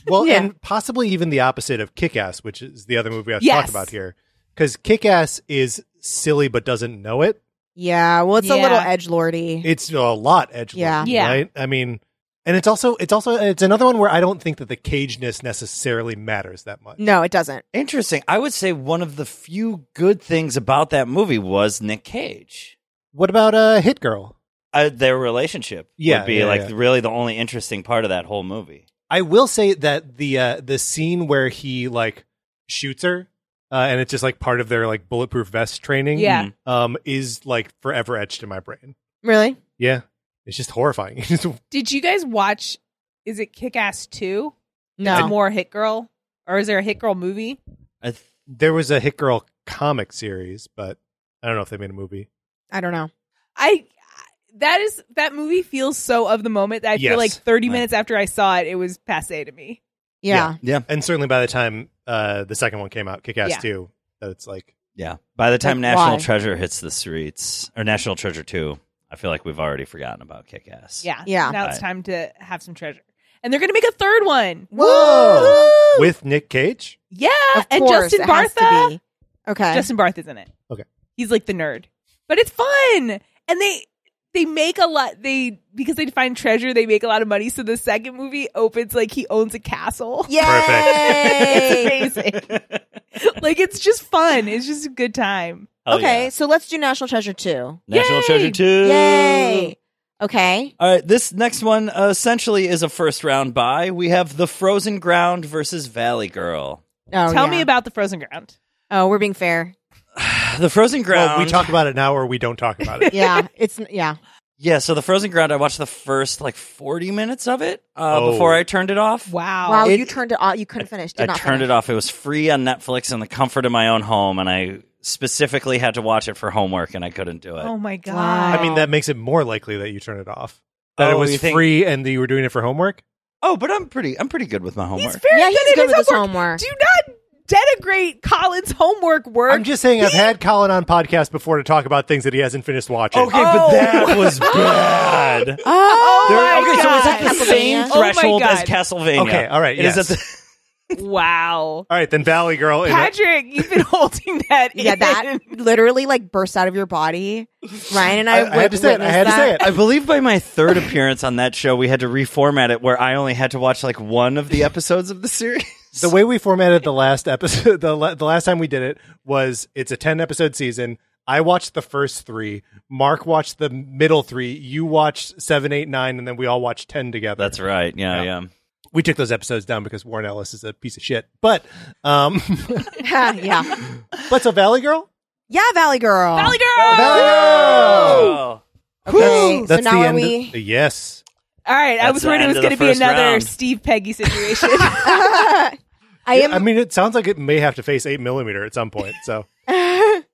Well,
Yeah.
and possibly even the opposite of Kick Ass, which is the other movie I've
Yes.
talked about here. Because Kick Ass is silly but doesn't know it.
yeah, well it's a little
Yeah.
edge lordy.
It's a lot edge.
Yeah.
Yeah.
Right? I mean, and it's also it's also it's another one where I don't think that the cageness necessarily matters that
Mm.
much.
No, it doesn't.
Interesting. I would say one of the few good things about that movie was Nick Cage.
What about uh, Hit Girl?
Uh, their relationship
Yeah,
would be
yeah,
like
yeah.
really the only interesting part of that whole movie.
I will say that the uh, the scene where he like shoots her, uh, and it's just like part of their like bulletproof vest training.
Yeah.
um, is like forever etched in my brain.
Really?
Yeah, it's just horrifying. It's
Did you guys watch? Is it Kick Ass Two? It's
No.
more Hit Girl, or is there a Hit Girl movie?
I th-
there was a Hit Girl comic series, but I don't know if they made a movie.
I don't know.
I that is that movie feels so of the moment that I
Yes.
feel like 30
Right.
minutes after I saw it, it was passe to me.
Yeah.
yeah,
And certainly by the time uh, the second one came out, Kick Ass
Yeah.
2, that it's like,
yeah. By the time
Like,
National
why?
Treasure hits the streets or National Treasure Two, I feel like we've already forgotten about Kick Ass.
Yeah,
Yeah.
Now
Right.
it's time to have some treasure, and they're gonna make a third one.
Whoa.
with Nick Cage?
Yeah,
Of
and
course,
Justin
it has to
Bartha.
be. Okay.
Justin Barth is in it.
Okay.
he's like the nerd, but it's fun, and they they make a lot. They because they find treasure, they make a lot of money. So the second movie opens like he owns a castle.
Yay!
It's amazing. like it's just fun. It's just a good time.
Hell
okay,
yeah.
so let's do National Treasure 2.
National
Yay!
Treasure Two.
Yay. Okay.
All right, this next one uh, essentially is a first round buy. We have The Frozen Ground versus Valley Girl.
Oh,
Tell
yeah.
me about the frozen ground.
Oh, we're being fair.
The Frozen Ground.
Well, we talk about it now or we don't talk about it.
Yeah, it's yeah.
Yeah, so the Frozen Ground, I watched the first like 40 minutes of it uh,
Oh.
before I turned it off.
Wow.
Wow,
It-
you turned it off. You couldn't finish. Did
I
not
turned
finish.
it off. It was free on Netflix in the comfort of my own home, and I specifically had to watch it for homework, and I couldn't do it.
Oh my god.
Wow.
I mean, that makes it more likely that you turn it off. That
Oh,
it was
you think-
free and that you were doing it for homework.
Oh, but I'm pretty, I'm pretty good with my homework.
He's very
Yeah,
good
he's
at
good with
his
his
homework.
homework.
Do not denigrate Colin's homework work.
I'm just saying, I've had Colin on podcast before to talk about things that he hasn't finished watching. Oh.
Okay, but that was bad.
oh
There-
my
okay, so
god.
it's at the same
Castlevania.
Oh my
threshold as
God.
Castlevania.
Okay, all right,
It is
yes.
at the-
wow.
All right, then Valley Girl. in a-
Patrick, you've been holding that.
Yeah,
in.
that literally like bursts out of your body. Ryan and I,
I- I had to say it. I had to say
witnessed
it.
I believe by my third appearance on that show, we had to reformat it where I only had to watch like one of the episodes of the series.
the way we formatted the last episode, the, la- the last time we did it was it's a 10 episode season. I watched the first three. Mark watched the middle three. You watched seven, eight, nine, and then we all watched 10 together.
That's right. Yeah, yeah.
we took those episodes down because Warren Ellis is a piece of shit. But, um,
that. yeah,
but so Valley Girl?
yeah, Valley Girl.
Valley Girl.
Oh,
Valley
Oh.
Girl!
Okay, so
That's
now
the
are
end.
we?
Of, yes.
All right, I
That's
was
the
worried it
end
was
of the
going to be
first
another
round.
Steve Peggy situation.
I am.
I mean, it sounds like it may have to face 8 millimeter at some point. So,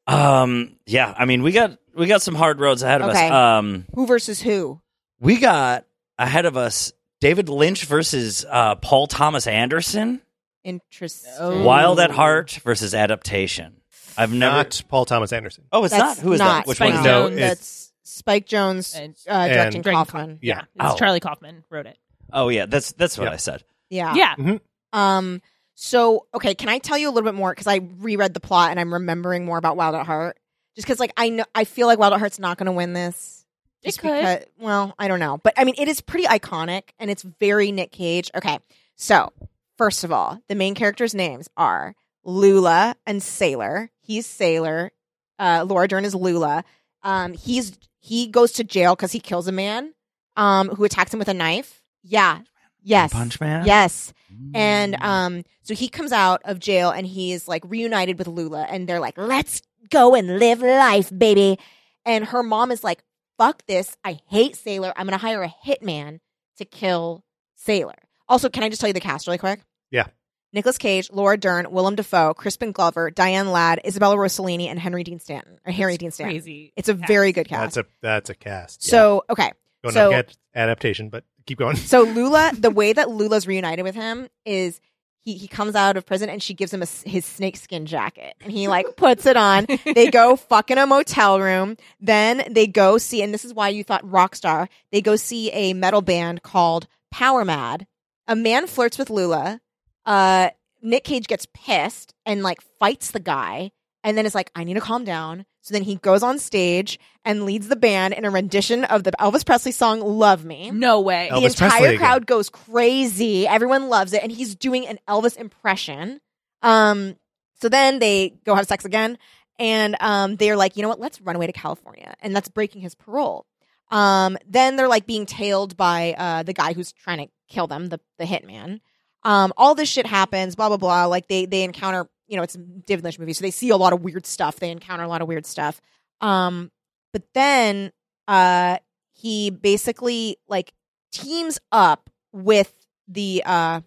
Um, yeah. I mean, we got we got some hard roads ahead of
Okay.
us. Um,
who versus who?
we got ahead of us David Lynch versus uh, Paul Thomas Anderson.
Interesting.
Oh.
Wild at Heart versus Adaptation. I've never.
not Paul Thomas Anderson.
oh, it's
That's
not. Who is
not
that? Which
Spike
one is
No,
that?
Jones.
it's-
That's Spike Jones uh,
And-
directing
Greg
Kaufman.
Yeah.
it's
Oh.
Charlie Kaufman wrote it.
Oh, yeah. That's that's what
Yeah.
I said.
Yeah.
Yeah.
Um. So okay, can I tell you a little bit more? Because I reread the plot and I'm remembering more about Wild at Heart. Just because, like, I know I feel like Wild at Heart's not going to win this.
It
Just
could.
Because, well, I don't know, but I mean, it is pretty iconic and it's very Nick Cage. Okay, so first of all, the main characters' names are Lula and Sailor. He's Sailor. Uh, Laura Dern is Lula. Um, he's he goes to jail because he kills a man um, who attacks him with a knife. Yeah. Yes.
Punch Man? Mm.
Yes. And um, so he comes out of jail and he's like reunited with Lula, and they're like, "Let's go and live life, baby." And her mom is like, "Fuck this! I hate Sailor. I'm gonna hire a hitman to kill Sailor." Also, can I just tell you the cast really quick?
Yeah.
Nicholas Cage, Laura Dern, Willem Dafoe, Crispin Glover, Diane Ladd, Isabella Rossellini, and Henry Dean Stanton. Or Harry Dean Stanton.
Crazy.
It's a
cast.
very good cast.
That's a that's a cast. yeah.
so okay,
Going
so-
up against adaptation, but keep going.
So Lula, the way that Lula's reunited with him is he, he comes out of prison and she gives him a s his snakeskin jacket and he like puts it on. They go fuck in a motel room. Then they go see, and this is why you thought Rockstar. They go see a metal band called Power Mad. A man flirts with Lula. Uh, Nick Cage gets pissed and like fights the guy. And then it's like, I need to calm down. So then he goes on stage and leads the band in a rendition of the Elvis Presley song Love Me
No way.
Oh.
the
Elvis
entire
Presley again.
crowd goes crazy. Everyone loves it, and he's doing an Elvis impression. Um, so then they go have sex again, and um, they're like, you know what? Let's run away to California, and that's breaking his parole. Um, then they're like being tailed by uh, the guy who's trying to kill them, the the hitman. Um, all this shit happens. Blah blah blah. Like they they encounter, you know, it's a David Lynch movie, so they see a lot of weird stuff. They encounter a lot of weird stuff. Um, but then uh, he basically like teams up with the uh,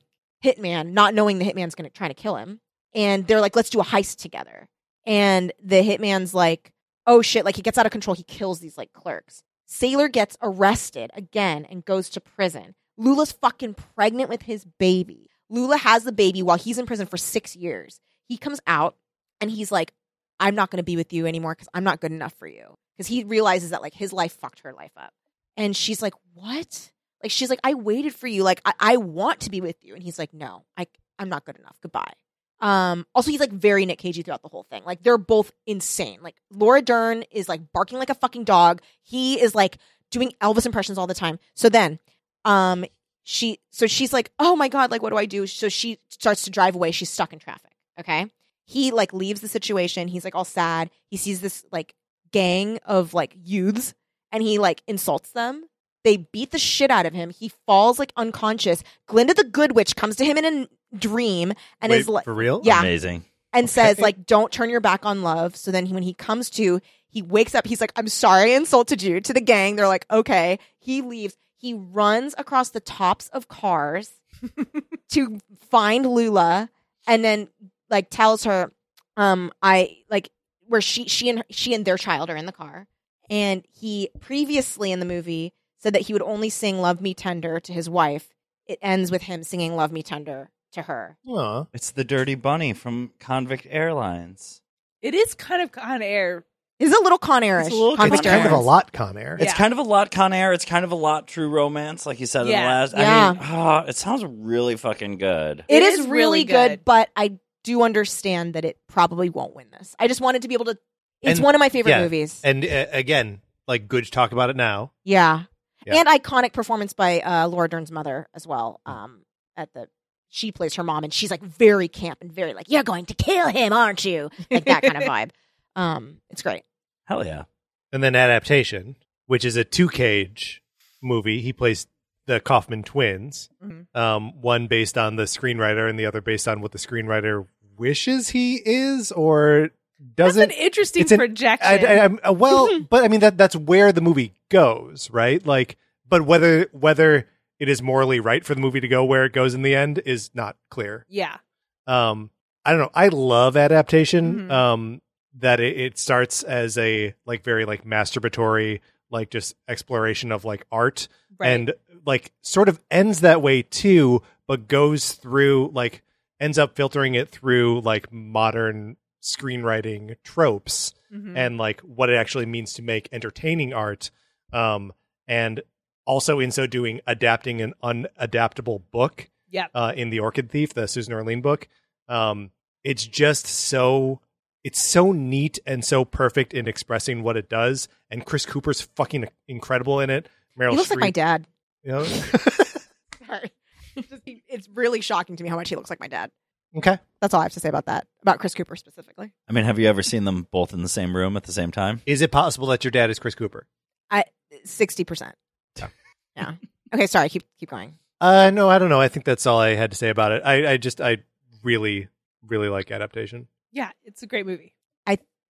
hitman, not knowing the hitman's going to try to kill him. And they're like, let's do a heist together. And the hitman's like, oh shit, like he gets out of control. He kills these like clerks. Sailor gets arrested again and goes to prison. Lula's fucking pregnant with his baby. Lula has the baby while he's in prison for six years. He comes out and he's like, I'm not going to be with you anymore because I'm not good enough for you. Because he realizes that like his life fucked her life up. And she's like, what? Like she's like, I waited for you. Like I, I want to be with you. And he's like, no, I I'm not good enough. Goodbye. Um, also he's like very Nick Cagey throughout the whole thing. Like they're both insane. Like Laura Dern is like barking like a fucking dog. He is like doing Elvis impressions all the time. So then, um, she so she's like, oh my god, like what do I do? So she starts to drive away. She's stuck in traffic. Okay. He like leaves the situation. He's like all sad. He sees this like gang of like youths and he like insults them. They beat the shit out of him. He falls like unconscious. Glinda the Good Witch comes to him in a dream and
Wait,
is like,
for real?
yeah,
Amazing.
and
Okay.
says like, "Don't turn your back on love." So then, he, when he comes to, He wakes up. He's like, I'm sorry I insulted you to the gang. They're like, okay. He leaves. He runs across the tops of cars to find Lula and then like tells her, um, I like where she she and her, she and their child are in the car. And he previously in the movie said that he would only sing Love Me Tender to his wife. It ends with him singing Love Me Tender to her.
Aw.
It's the Dirty Bunny from Convict Airlines.
It is kind of on air.
It's a little Con Airish.
It's a little
Con
Con
It's
Air.
kind of a
Aaron's-
lot, Con Air.
It's
Yeah.
kind of a lot Con Air. It's kind of a lot True Romance, like you said in
Yeah.
the last.
Yeah.
I mean, ah, it sounds really fucking good.
it is, really good, but I do understand that it probably won't win this. I just wanted to be able to. It's
And-
one of my favorite
yeah.
movies.
And uh, again, like good to talk about it now.
yeah.
Yeah.
and iconic performance by uh, Laura Dern's mother as well. Um, at the she plays her mom, and she's like very camp and very like you're going to kill him, aren't you? Like that kind of vibe. Um, it's great.
Hell yeah.
And then adaptation, which is a two cage movie. He plays the Kaufman twins,
Mhm.
um, one based on the screenwriter, and the other based on what the screenwriter wishes he is or
That's
doesn't.
an interesting
it's an-
projection.
I, I, I'm, uh, well, but I mean that that's where the movie goes, right? Like, but whether whether it is morally right for the movie to go where it goes in the end is not clear.
yeah.
um i don't know i love adaptation
Mhm.
um that it, it starts as a like very like masturbatory like just exploration of like art
Right.
and like sort of ends that way too but goes through like ends up filtering it through like modern screenwriting tropes
Mhm.
and like what it actually means to make entertaining art um and also in so doing adapting an unadaptable book
Yep.
uh, in the Orchid Thief, the Susan Orlean book. Um, it's just so it's so neat and so perfect in expressing what it does. And Chris Cooper's fucking incredible in it. Meryl
he looks like my
Streep,
dad.
you know?
Sorry, it's really shocking to me how much he looks like my dad.
okay,
That's all I have to say about that. About Chris Cooper specifically.
I mean, have you ever seen them both in the same room at the same time?
is it possible that your dad is Chris Cooper?
Sixty percent. Yeah. Okay. Sorry. Keep keep going.
Uh, no, I don't know. I think that's all I had to say about it. I, I just I really really like adaptation.
yeah, it's a great movie.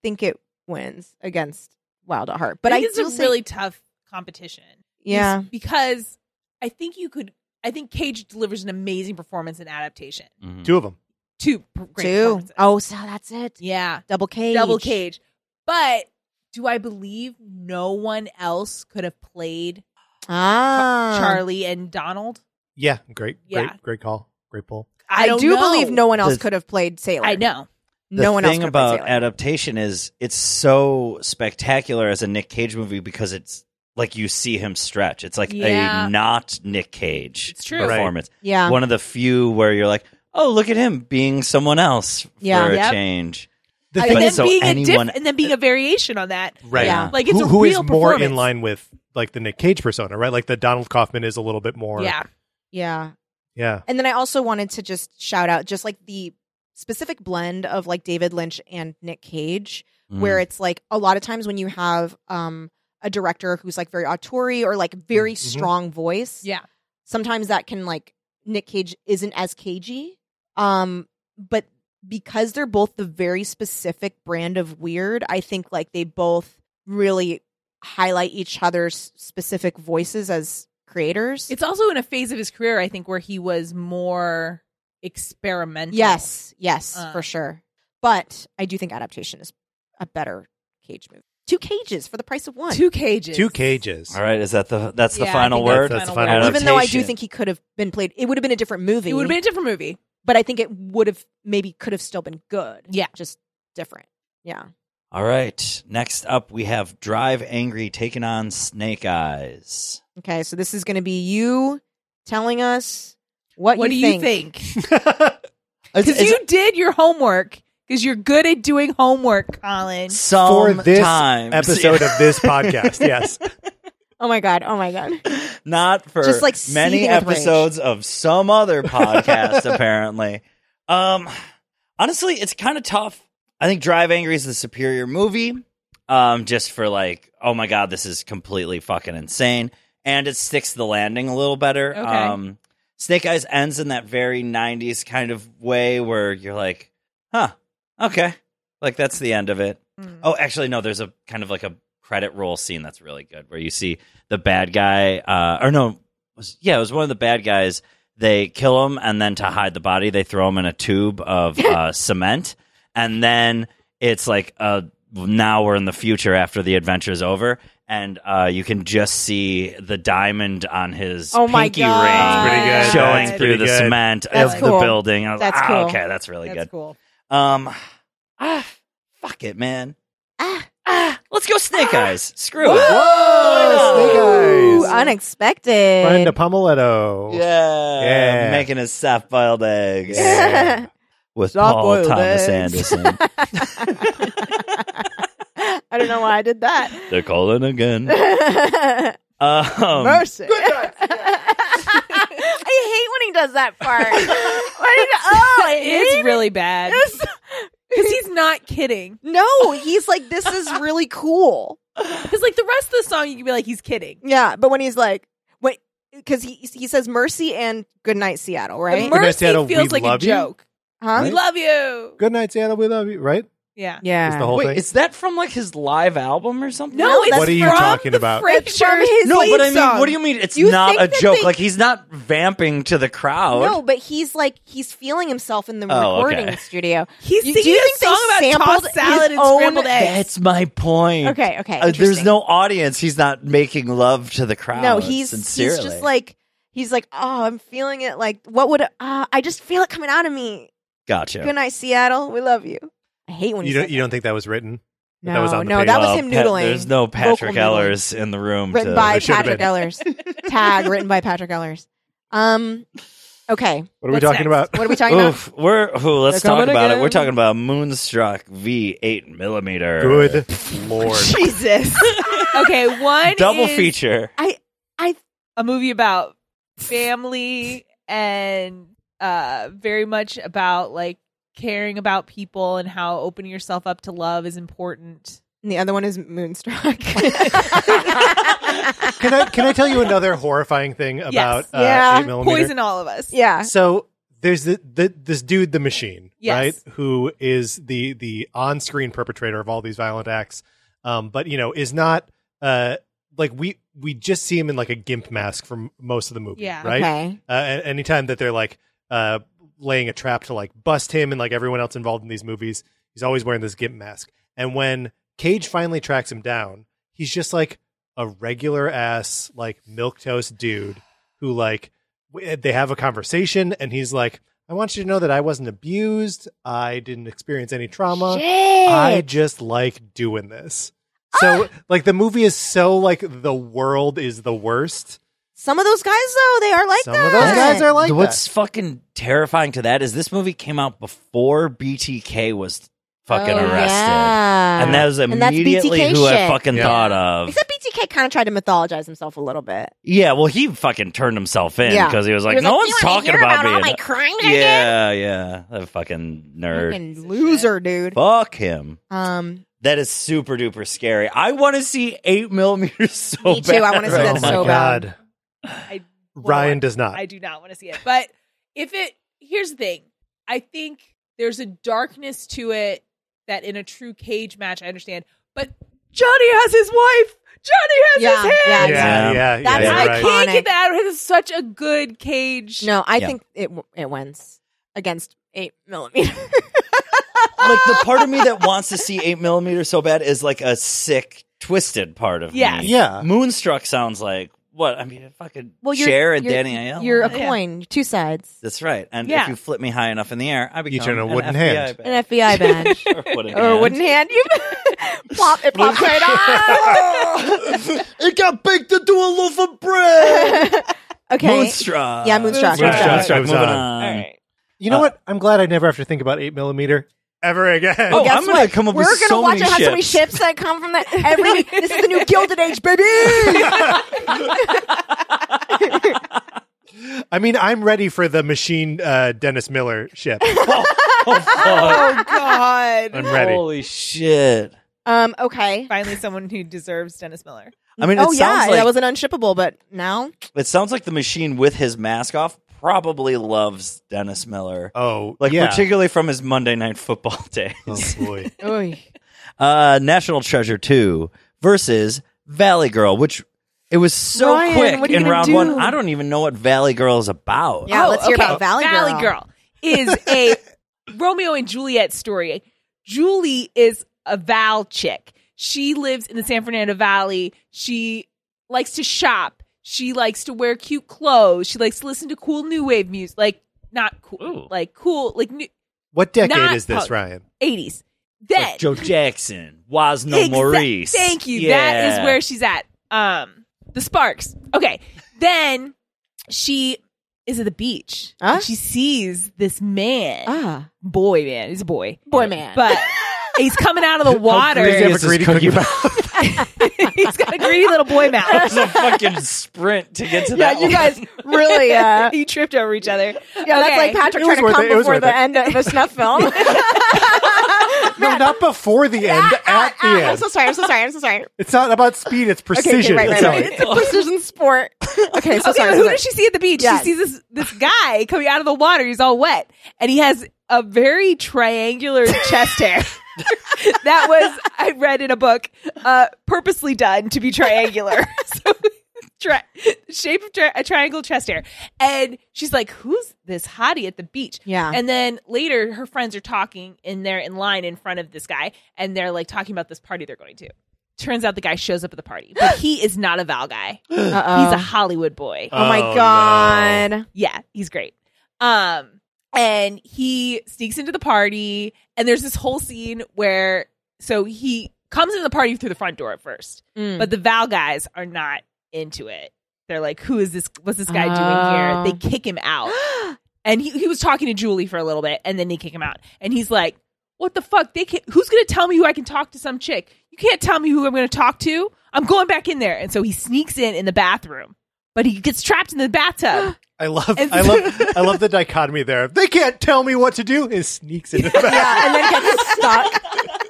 Think it wins against Wild at Heart, but
I
I,
think it's
do
a
say-
really tough competition. is
yeah.
because I think you could. I think Cage delivers an amazing performance in adaptation.
Mhm.
Two of them.
Two p- great
Two.
performances.
Oh, so that's it.
yeah,
Double cage.
double Cage. But do I believe no one else could have played
Ah,
Charlie and Donald?
Yeah, great,
Yeah.
great, great call, great pull.
I,
I,
don't
do
know.
believe no one else
The-
could have played Sailor.
I know.
the
No one else
thing
could have played
about
Sailor.
adaptation is it's so spectacular as a Nick Cage movie because it's like you see him stretch. It's like
Yeah.
a not Nick Cage
It's true.
Right.
performance.
yeah.
One of the few where you're like, oh, look at him being someone else
Yeah.
for a
Yep.
change.
The
I-
and
But
then
so
being a
anyone-
diff- and then being a variation on that.
Right.
Yeah.
Like it's
Uh, who,
a
who is
real
more in
performance.
line with like the Nick Cage persona, right? Like the Donald Kaufman is a little bit more.
Yeah.
yeah.
yeah.
And then I also wanted to just shout out just like the specific blend of like David Lynch and Nick Cage, where
Mm-hmm. Mm.
it's like a lot of times when you have um a director who's like very auteur or like very
Mhm.
strong voice,
Yeah.
sometimes that can like Nick Cage isn't as cagey. Um, but because they're both the very specific brand of weird, I think like they both really highlight each other's specific voices as creators.
It's also in a phase of his career, I think, where he was more experimental.
yes, yes,
Uh.
for sure. But I do think adaptation is a better cage movie. Two cages for the price of one.
Two cages.
Two cages.
All right, is that the that's the
Yeah, I
final
think that's
word?
That's the
word.
final
Even though I do
Adaptation.
think he could have been played, it would have been a different movie.
It would have been a different movie.
but I think it would have maybe could have still been good.
Yeah.
just different. Yeah.
All right. Next up we have Drive Angry taking on Snake Eyes.
Okay, so this is going to be you telling us what,
What do
you
you
think.
think?
It's-
Because
it's-
you did your homework. Because you're good at doing homework, Colin.
For this
Sometimes.
episode of this podcast, yes.
Oh my god! Oh my god!
not for
Just, like,
many
seething with rage.
episodes of some other podcast apparently um honestly it's kind of tough i think drive angry is the superior movie um just for like oh my god this is completely fucking insane and it sticks to the landing a little better
Okay.
um snake eyes ends in that very 90s kind of way where you're like huh okay like that's the end of it
Hmm.
Oh, actually, no. There's a kind of like a credit roll scene that's really good, where you see the bad guy, uh, or no, was, yeah, it was one of the bad guys. They kill him, and then to hide the body, they throw him in a tube of uh, cement, and then it's like, uh, now we're in the future after the adventure's over, and uh, you can just see the diamond on his
Oh my
pinky
God.
ring
That's pretty good.
showing
That's
through
pretty
the
good.
cement
That's
of
cool.
the building. I was
That's
like, ah,
cool.
okay, that's really
That's
good.
cool.
Um, ah, fuck it, man.
Ah.
Ah, let's go Snake Eyes. Screw it.
Whoa,
Ooh,
Snake Eyes.
unexpected.
Find a Pomeletto.
Yeah,
Yeah.
making his soft boiled eggs
Yeah.
with Paul
Soft-boiled
Thomas
eggs.
Anderson.
I don't know why I did that.
They're calling again. Um,
Mercy. I hate when he does that part. When he do- oh, I hate
it's
it.
really bad
It's-
because he's not kidding.
no, he's like, this is really cool.
Because like the rest of the song, you can be like, he's kidding.
Yeah, but when he's like, wait, because he he says mercy and good night Seattle,
The
right?
Mer-
mercy
Seattle, we
feels like a
love you?
joke.
huh?
We love you.
Good night, Seattle. We love you. Right?
Yeah.
Yeah,
Is the whole
wait,
thing?
is that from like his live album or something?
No, it's
What are you
from
talking
the
about?
Frank
It's from
Church-
his
no, but
lead
I mean,
song.
what do you mean? It's
You
not
think
a
that
joke.
they-
Like he's not vamping to the crowd.
No, but he's like he's feeling himself in the
Oh,
recording
okay.
studio.
He's
You- do
singing
you
a
think they
song about
sampled
tossed salad
his
and scrambled
own-
eggs.
That's my point.
Okay, okay.
Uh, there's
interesting.
no audience. He's not making love to the crowd.
no. He's
sincerely.
he's just like he's like oh I'm feeling it. Like what would uh, I just feel it coming out of me?
gotcha.
Good night Seattle, we love you. I hate when
You
he
don't.
says
You don't think that was written?
No,
that was on the
no,
page?
that was
Well,
him
Pat-
noodling.
there's no
Vocal
Patrick
noodling.
Ellers in the room.
written
to-
by
There should've
Patrick
been.
Ellers. Tag written by Patrick Ellers. Um. Okay,
What are
What's
we talking
next?
about?
what are we talking about?
Oof, we're ooh, let's
They're
talk
coming
about it. We're
again.
talking about Moonstruck V8 millimeter.
Good lord.
Jesus,
okay, one
double
is
feature.
a movie about family and uh very much about like caring about people and how opening yourself up to love is important.
and the other one is Moonstruck.
Can I can I tell you another horrifying thing about uh,
Yeah.
eight millimeter?
Poison all of us.
yeah,
So there's the, the this dude, the machine,
Yes.
right? Who is the the on screen perpetrator of all these violent acts, um, but you know is not uh, like we we just see him in like a gimp mask for m- most of the movie,
Yeah.
right?
Okay.
Uh, a- anytime that they're like uh, laying a trap to like bust him and like everyone else involved in these movies, he's always wearing this gimp mask. And when Cage finally tracks him down, he's just like a regular ass like milk toast dude who like w- eh, they have a conversation and he's like, "I want you to know that I wasn't abused. I didn't experience any trauma. I just like doing this." So like the movie is so like the world is the worst.
Some of those guys though, they are like
Some
that.
of those guys are like that.
What's fucking terrifying to that is this movie came out before BTK was fucking
Oh,
arrested.
Yeah.
And that was
And that's
immediately
BTK
who I
shit.
fucking
Yeah.
thought of.
Except BTK kind of tried to mythologize himself a little bit.
Yeah, well, he fucking turned himself in
Yeah.
because he was like,
was
"No
like,
one's
"You wanna
talking
hear
about,
about all
me."
my crimes I
yeah, yeah, that fucking nerd.
Fucking loser, dude.
Fuck him.
Um,
That is super duper scary. I want to see eight millimeters so
Me too, I
bad. Oh
wanna see
right
that
Oh
now.
so bad.
I
Ryan does not.
I do not want to see it. But if it here's the thing. I think there's a darkness to it that in a true cage match I understand. But Johnny has his wife. Johnny has
Yeah,
his
yeah,
hand.
yeah,
Yeah.
yeah, yeah,
That's
you're
I
yeah,
right.
can't
Iconic.
get that out of it. It's such a good cage.
no, I
Yeah.
think it w- it wins against eight millimeter.
Like the part of me that wants to see eight millimeters so bad is like a sick, twisted part of
Yes.
me.
Yeah.
Moonstruck sounds like what? I mean, fucking
Well, you're-
Cher and
you're-
Danny Aiello.
You're a
Yeah.
coin, two sides,
That's right. And
Yeah.
if you flip me high enough in the air, I become
turn a
an
wooden
FBI
hand.
badge.
an FBI badge
or a wooden
or a
hand.
wooden Oh, hand. You plop it pops right off.
it got baked into a loaf of bread.
Okay,
Moonstruck.
Yeah, Moonstruck.
Moonstruck. Moonstruck.
Moving on.
All right.
You know
Uh,
what? I'm glad I never have to think about eight millimeter ever again.
Oh,
guess
I'm gonna
what?
come up
We're
with
gonna
so
watch it
many
have so many
ships.
ships that come from that. Every this is the new Gilded Age, baby.
I mean, I'm ready for the machine uh, Dennis Miller ship.
Oh God.
I'm ready.
Holy shit.
um. Okay.
Finally someone who deserves Dennis Miller.
I mean, it
oh yeah,
sounds like
that was an unshippable, but now
it sounds like the machine with his mask off probably loves Dennis Miller,
Oh,
like
yeah.
particularly from his Monday Night Football days.
Oh boy.
Oy.
Uh, National Treasure 2 versus Valley Girl, which it was so
Ryan,
quick
what are you
in
gonna
round
do?
one. I don't even know what Valley Girl is about.
Yeah, let's hear
Oh, okay.
about Valley Girl.
is a Romeo and Juliet story. Julie is a Val chick. She lives in the San Fernando Valley. She likes to shop. She likes to wear cute clothes. She likes to listen to cool new wave music. Like not cool,
Ooh.
like cool, like new,
What decade
Not
is this,
punk.
Ryan?
80s. Then
Like Joe Jackson, Wasno
Exa-
Maurice.
Thank you. That
Yeah.
is where she's at. Um, the sparks. Okay. Then she is at the beach.
Huh?
And she sees this man,
Ah,
boy man. He's a boy,
boy man.
but he's coming out of the water.
Does he have a
This is
greedy
cookie
cookie mouth?
he's got a greedy little boy
It's
mouth.
a fucking sprint to get to
yeah,
that
you
one.
guys really. Uh,
he tripped over each other. Yeah,
yeah, that's like Patrick
It
trying
was
to
worth
come
it. It was
before
worth
the
it.
end of a snuff film.
no, not before the end, at the
I'm
end.
so sorry. I'm so sorry. I'm so sorry.
It's not about speed, it's
Okay, okay,
precision.
right, right,
That's
right.
all.
It's a precision sport. Okay, so
okay,
Oh, sorry.
but
so
who
sorry.
does she see at the beach?
Yes.
She sees this this guy coming out of the water. He's all wet, and he has a very triangular chest hair. that was I read in a book, uh, purposely done to be triangular. so, tri- shape of tri- a triangle chest hair, and she's like, "Who's this hottie at the beach?"
Yeah.
And then later, her friends are talking, and they're in line in front of this guy, and they're like talking about this party they're going to. Turns out the guy shows up at the party, but he is not a Val guy.
Uh-oh.
He's a Hollywood boy.
Oh my
Oh,
god.
Yeah, he's great. Um, and he sneaks into the party, and there's this whole scene where so he comes into the party through the front door at first,
Mm.
but the Val guys are not into it. They're like, "Who is this? What's this guy doing here?" They kick him out, and he he was talking to Julie for a little bit, and then they kick him out, and he's like. What the fuck? They can Who's gonna tell me who I can talk to? Some chick. You can't tell me who I'm gonna talk to. I'm going back in there, and so he sneaks in in the bathroom, but he gets trapped in the bathtub.
I love,
And-
I love, I love the dichotomy there. They can't tell me what to do. It sneaks into the back.
yeah, and then gets stuck.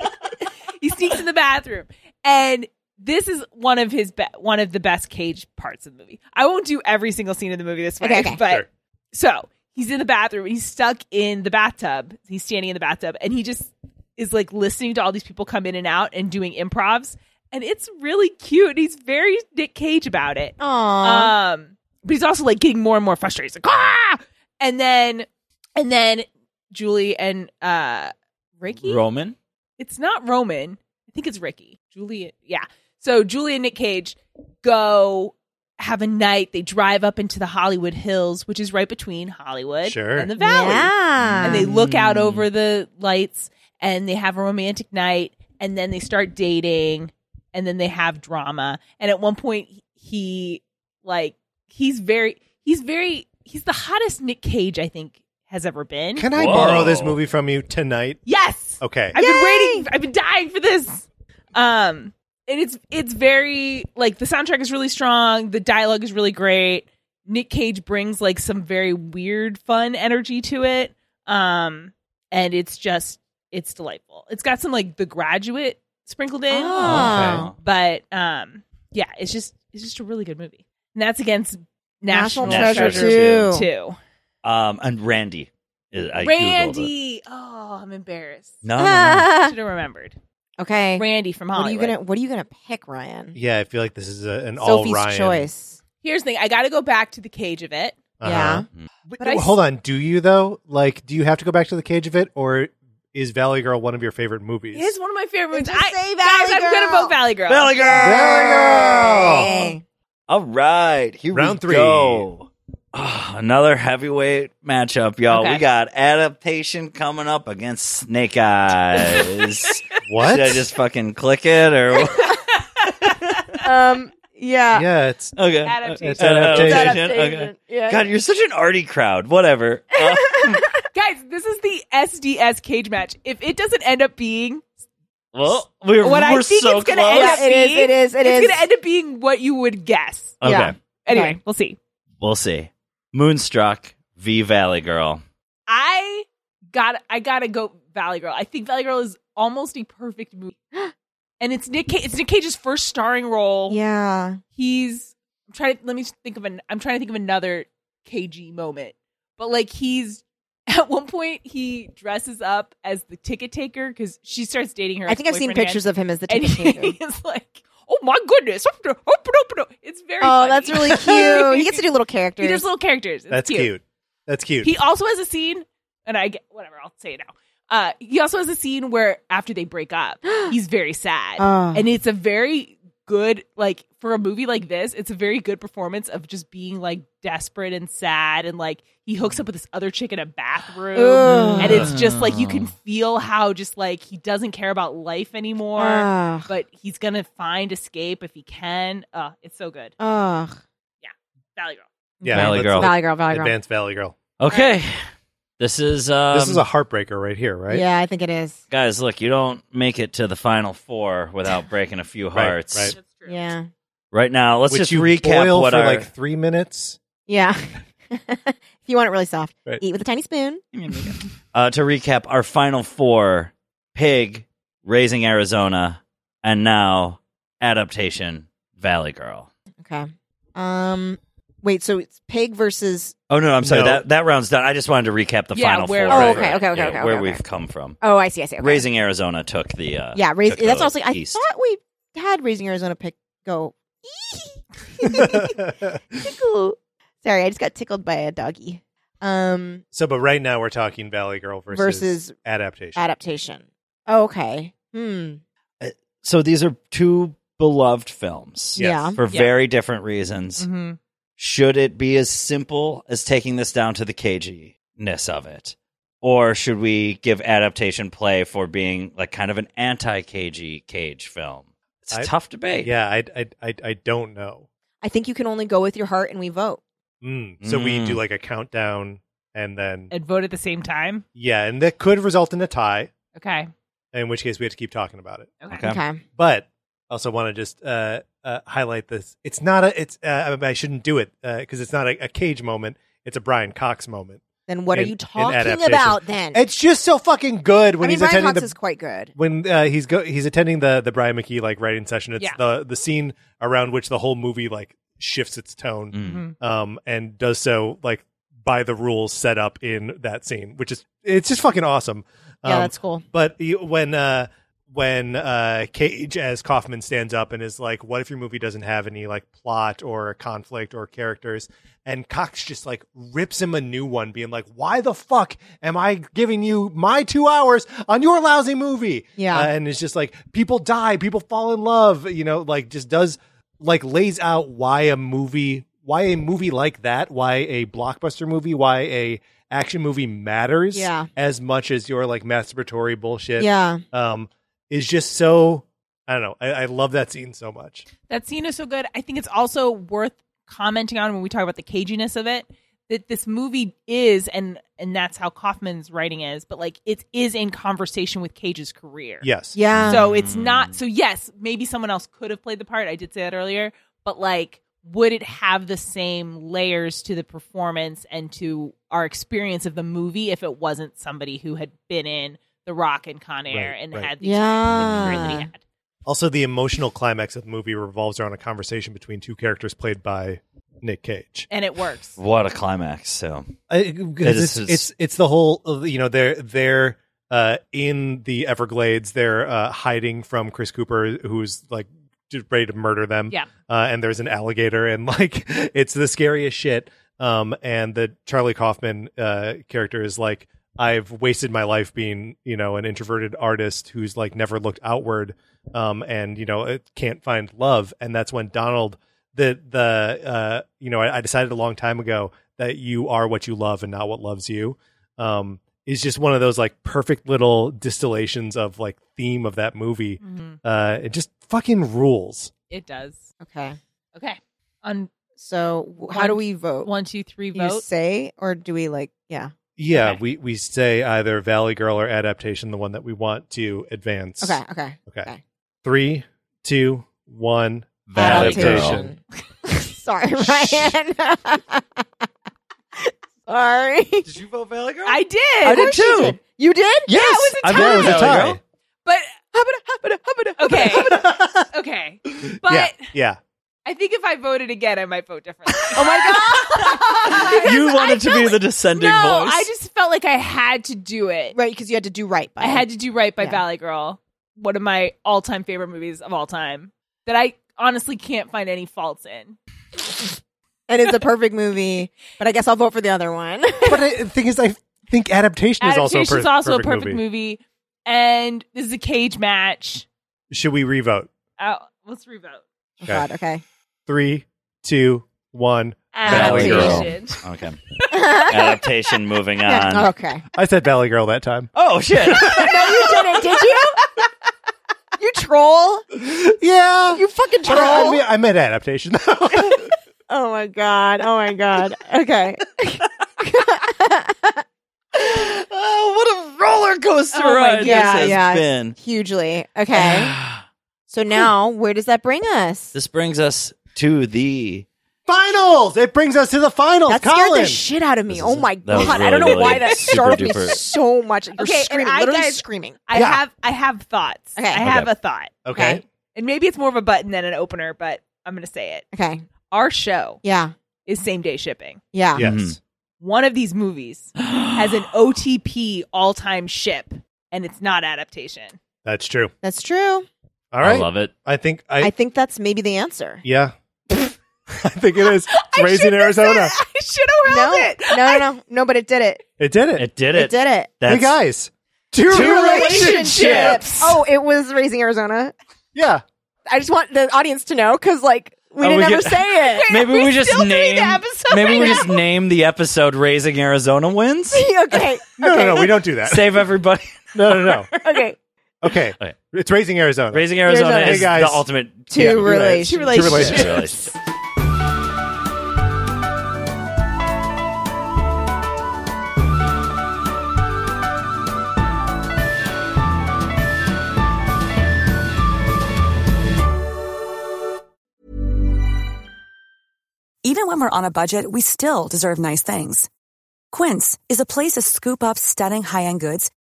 he sneaks in the bathroom and this is one of his be- one of the best cage parts of the movie i won't do every single scene of the movie this way
Okay, okay.
but
Sure.
so he's in the bathroom he's stuck in the bathtub he's standing in the bathtub and he just is like listening to all these people come in and out and doing improvs and it's really cute he's very nick cage about it
Aww.
um, but he's also like getting more and more frustrated. He's like, ah! And then, and then Julie and uh, Ricky.
Roman?
it's not Roman. I think it's Ricky. Julie. Yeah. So Julie and Nick Cage go have a night. They drive up into the Hollywood Hills, which is right between Hollywood
Sure. Mm.
and the Valley.
Yeah.
And they look out over the lights and they have a romantic night and then they start dating and then they have drama. And at one point he like he's very he's very he's the hottest Nick Cage I think has ever been.
Can I
Whoa.
borrow this movie from you tonight?
yes.
Okay.
I've been waiting. I've been dying for this. Um, and it's it's very like the soundtrack is really strong. The dialogue is really great. Nick Cage brings like some very weird, fun energy to it. Um, and it's just it's delightful. It's got some like The Graduate sprinkled in,
Oh.
but um, yeah, it's just it's just a really good movie. And that's against National,
National,
Treasure
Treasure,
Treasure
too.
too.
Um, and Randy. I- I Googled it.
Randy. Oh, I'm embarrassed.
No, no, no.
Should have remembered.
okay.
Randy from
What are
Hollywood.
you gonna What are you gonna pick, Ryan?
Yeah, I feel like this is a, an all
Sophie's
Ryan.
choice.
Here's the thing. I got to go back to the cage of it.
Yeah.
Mm-hmm.
But,
But I
Uh-huh. hold on. Do you though? Like, do you have to go back to the cage of it, or is Valley Girl one of your favorite movies?
It is one of my favorite
Then
movies.
just
I,
say
guys,
Valley
I'm going to
Girl.
vote Valley Girl.
Valley Girl!
Oh.
Valley
Girl.
All right, here
Round
we
three.
go. Ah, another heavyweight matchup, y'all.
Okay.
We got adaptation coming up against Snake Eyes.
What?
Should I just fucking click it or what?
Um. Yeah.
yeah, it's
okay?
Adaptation.
It's adaptation.
Okay. God, you're such an arty crowd. Whatever. Uh,
Guys, this is the SDS cage match. If it doesn't end up being
well, we're,
what I
we're
think
so
it's going to end
close.
up
Yeah, it is,
being,
it is, it
it's
is.
going to end up being what you would guess.
okay,
Yeah.
Anyway,
Okay.
we'll see.
we'll see. Moonstruck v Valley Girl.
I got I got to go Valley Girl. I think Valley Girl is almost a perfect movie. And it's Nick Cage, it's Nick Cage's first starring role.
Yeah.
he's I'm trying to let me think of an I'm trying to think of another KG moment. But like he's At one point, he dresses up as the ticket taker because she starts dating her.
I think I've seen
ex-boyfriend,
pictures of him as the
and,
ticket
and
taker.
he's like, "Oh my goodness, open up, open up, open up." It's very.
Oh,
funny.
that's really cute. He gets to do little characters.
He does little characters. It's
That's cute. That's cute.
He also has a scene, and I get whatever. I'll say it now. Uh, he also has a scene where after they break up, he's very sad,
Ah.
and it's a very good like for a movie like this. It's a very good performance of just being like desperate and sad, and like he hooks up with this other chick in a bathroom,
Ugh.
and it's just like you can feel how just like he doesn't care about life anymore,
Ugh.
but he's gonna find escape if he can. Uh, it's so good,
Ugh.
Valley Girl.
yeah,
Valley
that's
Girl.
the
Valley girl, Valley girl.
Advanced Valley Girl.
Okay. This is um,
this is a heartbreaker right here, right?
Yeah, I think it is.
guys. Look, you don't make it to the final four without breaking a few
Right,
hearts.
right.
That's true.
Yeah.
Right now, let's
Which
just
you
recap
boil
what
for
our
like three minutes.
Yeah. if you want it really soft,
Right.
eat with a tiny spoon.
uh, to recap our final four: Pig, Raising Arizona, and now adaptation Valley Girl.
Okay. Um wait, so it's pig versus
Oh no, I'm sorry.
No.
That that round's done. I just wanted to recap the
Yeah,
final
where-
four.
Oh,
right,
okay,
right,
okay, okay,
yeah,
okay,
Where
okay,
we've
okay.
come from.
Oh, I see, I see. Okay.
Raising Arizona took the uh,
Yeah, raise,
took
that's
the
also like,
east.
I thought we had raising Arizona pick go. Tickle. Sorry, I just got tickled by a doggy. Um
so, but right now we're talking Valley Girl versus,
versus
adaptation.
adaptation. Oh, okay. Hmm.
So these are two beloved films
Yes.
Yeah.
for
Yeah.
very different reasons.
Mhm.
Should it be as simple as taking this down to the caginess of it? Or should we give adaptation play for being like kind of an anti cagey cage film? It's a
I-
tough debate.
yeah, I, I, I, I don't know.
I think you can only go with your heart and we vote.
Mm. So we
Mm.
do like a countdown, and then
and vote at the same time.
yeah, and that could result in a tie,
Okay.
in which case we have to keep talking about it.
Okay.
Okay.
Okay.
But I also want to just uh, uh, highlight this. It's not a. It's. Uh, I shouldn't do it because it's not a, a cage moment. It's a Brian Cox moment.
Then what
In-
are you
in
talking
adaptation.
about then?
It's just so fucking good when
I mean,
he's
Brian
attending
Cox
the
is quite good.
when uh, he's go he's attending the the Brian McKee like writing session. It's
Yeah.
the the scene around which the whole movie like shifts its tone
Hmm.
Mm.
Mm-hmm.
Mm-hmm.
um and does so like by the rules set up in that scene, which is it's just fucking awesome.
Yeah,
Um,
that's cool.
but you- when uh when uh cage as kaufman stands up and is like what if your movie doesn't have any like plot or conflict or characters and cox just like rips him a new one being like why the fuck am i giving you my two hours on your lousy movie
Yeah.
Uh, and it's just like people die people fall in love you know like just does like lays out why a movie why a movie like that why a blockbuster movie why a action movie matters
Yeah.
as much as your like masturbatory bullshit
yeah.
um is just so i don't know I, I love that scene so much
That scene is so good. I think it's also worth commenting on when we talk about the caginess of it that this movie is and and that's how Kaufman's writing is, but like it is in conversation with Cage's career.
yes
Yeah.
So it's not so yes, maybe someone else could have played the part. I did say that earlier, but like would it have the same layers to the performance and to our experience of the movie if it wasn't somebody who had been in The Rock and Con Air
Right,
and
right.
had the career that he
yeah.
had?
also the emotional climax of the movie revolves around a conversation between two characters played by nick cage
and it works.
What a climax. So
I, 'cause it's,
is-
it's it's the whole of, you know they're they're uh, in the Everglades they're uh, hiding from Chris Cooper who's like just ready to murder them
Yeah.
uh, and there's an alligator and like it's the scariest shit um and the Charlie Kaufman uh, character is like I've wasted my life being you know an introverted artist who's like never looked outward um and you know it can't find love and that's when Donald the the uh you know I, I decided a long time ago that you are what you love and not what loves you um is just one of those like perfect little distillations of like theme of that movie
Mhm.
uh it just fucking rules
It does.
Okay.
Okay. On
So w- how
One-
do we vote?
one, two, three,
do you
vote.
say or do we like yeah.
yeah
Okay.
we we say either valley girl or adaptation the one that we want to advance
Okay, okay.
okay
okay.
three two one
Valley
adaptation
Sorry, Ryan. Sorry.
did you vote Valley Girl?
I did.
I did too.
You did?
Yes,
Yeah, it was a
I voted
tie.
Valley Girl.
But
Habada, habada, habada, habada,
Okay.
habada.
okay. But
yeah yeah
I think if I voted again, I might vote differently.
Oh my god.
you wanted to be the descending
no,
voice.
I just felt like like I had to do it.
right because you had to do right by
I had to do right by
Yeah.
Valley Girl, one of my all time favorite movies of all time that I honestly can't find any faults in.
and it's a perfect movie but i guess i'll vote for the other one
but I, the thing is, I think
Adaptation
adaptation, is also a, per-
is also
perfect
a perfect movie. and this is a cage match.
Should we revote?
Uh, let's revote.
Oh, god okay
Three, two, one.
Valley Girl.
Adaptation.
Okay.
Adaptation moving on.
Yeah, oh. okay
I said Valley Girl that time.
Oh shit.
no you didn't did you you troll
Yeah.
you fucking
But I, I
troll
mean, I meant adaptation.
oh my god oh my god okay
oh, what a roller coaster
Oh my
ride
God,
this has
yeah.
been.
hugely okay so now where does that bring us
This brings us to the
finals. It brings us to the finals.
that
Colin.
scared the shit out of me.
This
Oh
is-
my
that was
god! I don't know
really,
why
really
that
super
startled me
duper-
so much. You're
Okay, and
screaming,
I
literally
guys-
screaming.
I
Yeah.
have I have thoughts.
Okay.
I
Okay.
have a thought.
okay.
Okay.
And maybe it's more of a button than an opener, but I'm going to say it.
Okay,
Our show
yeah,
is same day shipping.
yeah.
Yes.
Mm-hmm.
Mhm.
One of these movies has an OTP all time ship, and it's not adaptation.
That's true.
That's true.
All right.
I love it.
I think I,
I, think that's maybe the answer.
yeah. I think it is. It's raising
shouldn't have said
Arizona.
it. I should have held
No,
it.
no, no, no, no. But it did it.
It did it.
It did
It,
it.
did it.
That's,
hey guys. Two,
relationships.
Oh, it was raising Arizona.
Yeah.
I just want the audience to know because, like, we
Oh,
didn't
we
ever
get-
say it.
Maybe
Are
we
we
just
still doing
name.
the episode
maybe
right
we
now?
just name the episode "Raising Arizona Wins."
okay,
No, no, no. We don't do that.
Save everybody.
No, no, no.
okay.
Okay.
Okay.
It's raising Arizona.
Raising Arizona
Arizona.
is
Hey, guys.
the ultimate.
Two
yeah.
relations.
Two relationships.
relationships.
Relationship.
Even when we're on a budget, we still deserve nice things. Quince is a place to scoop up stunning high-end goods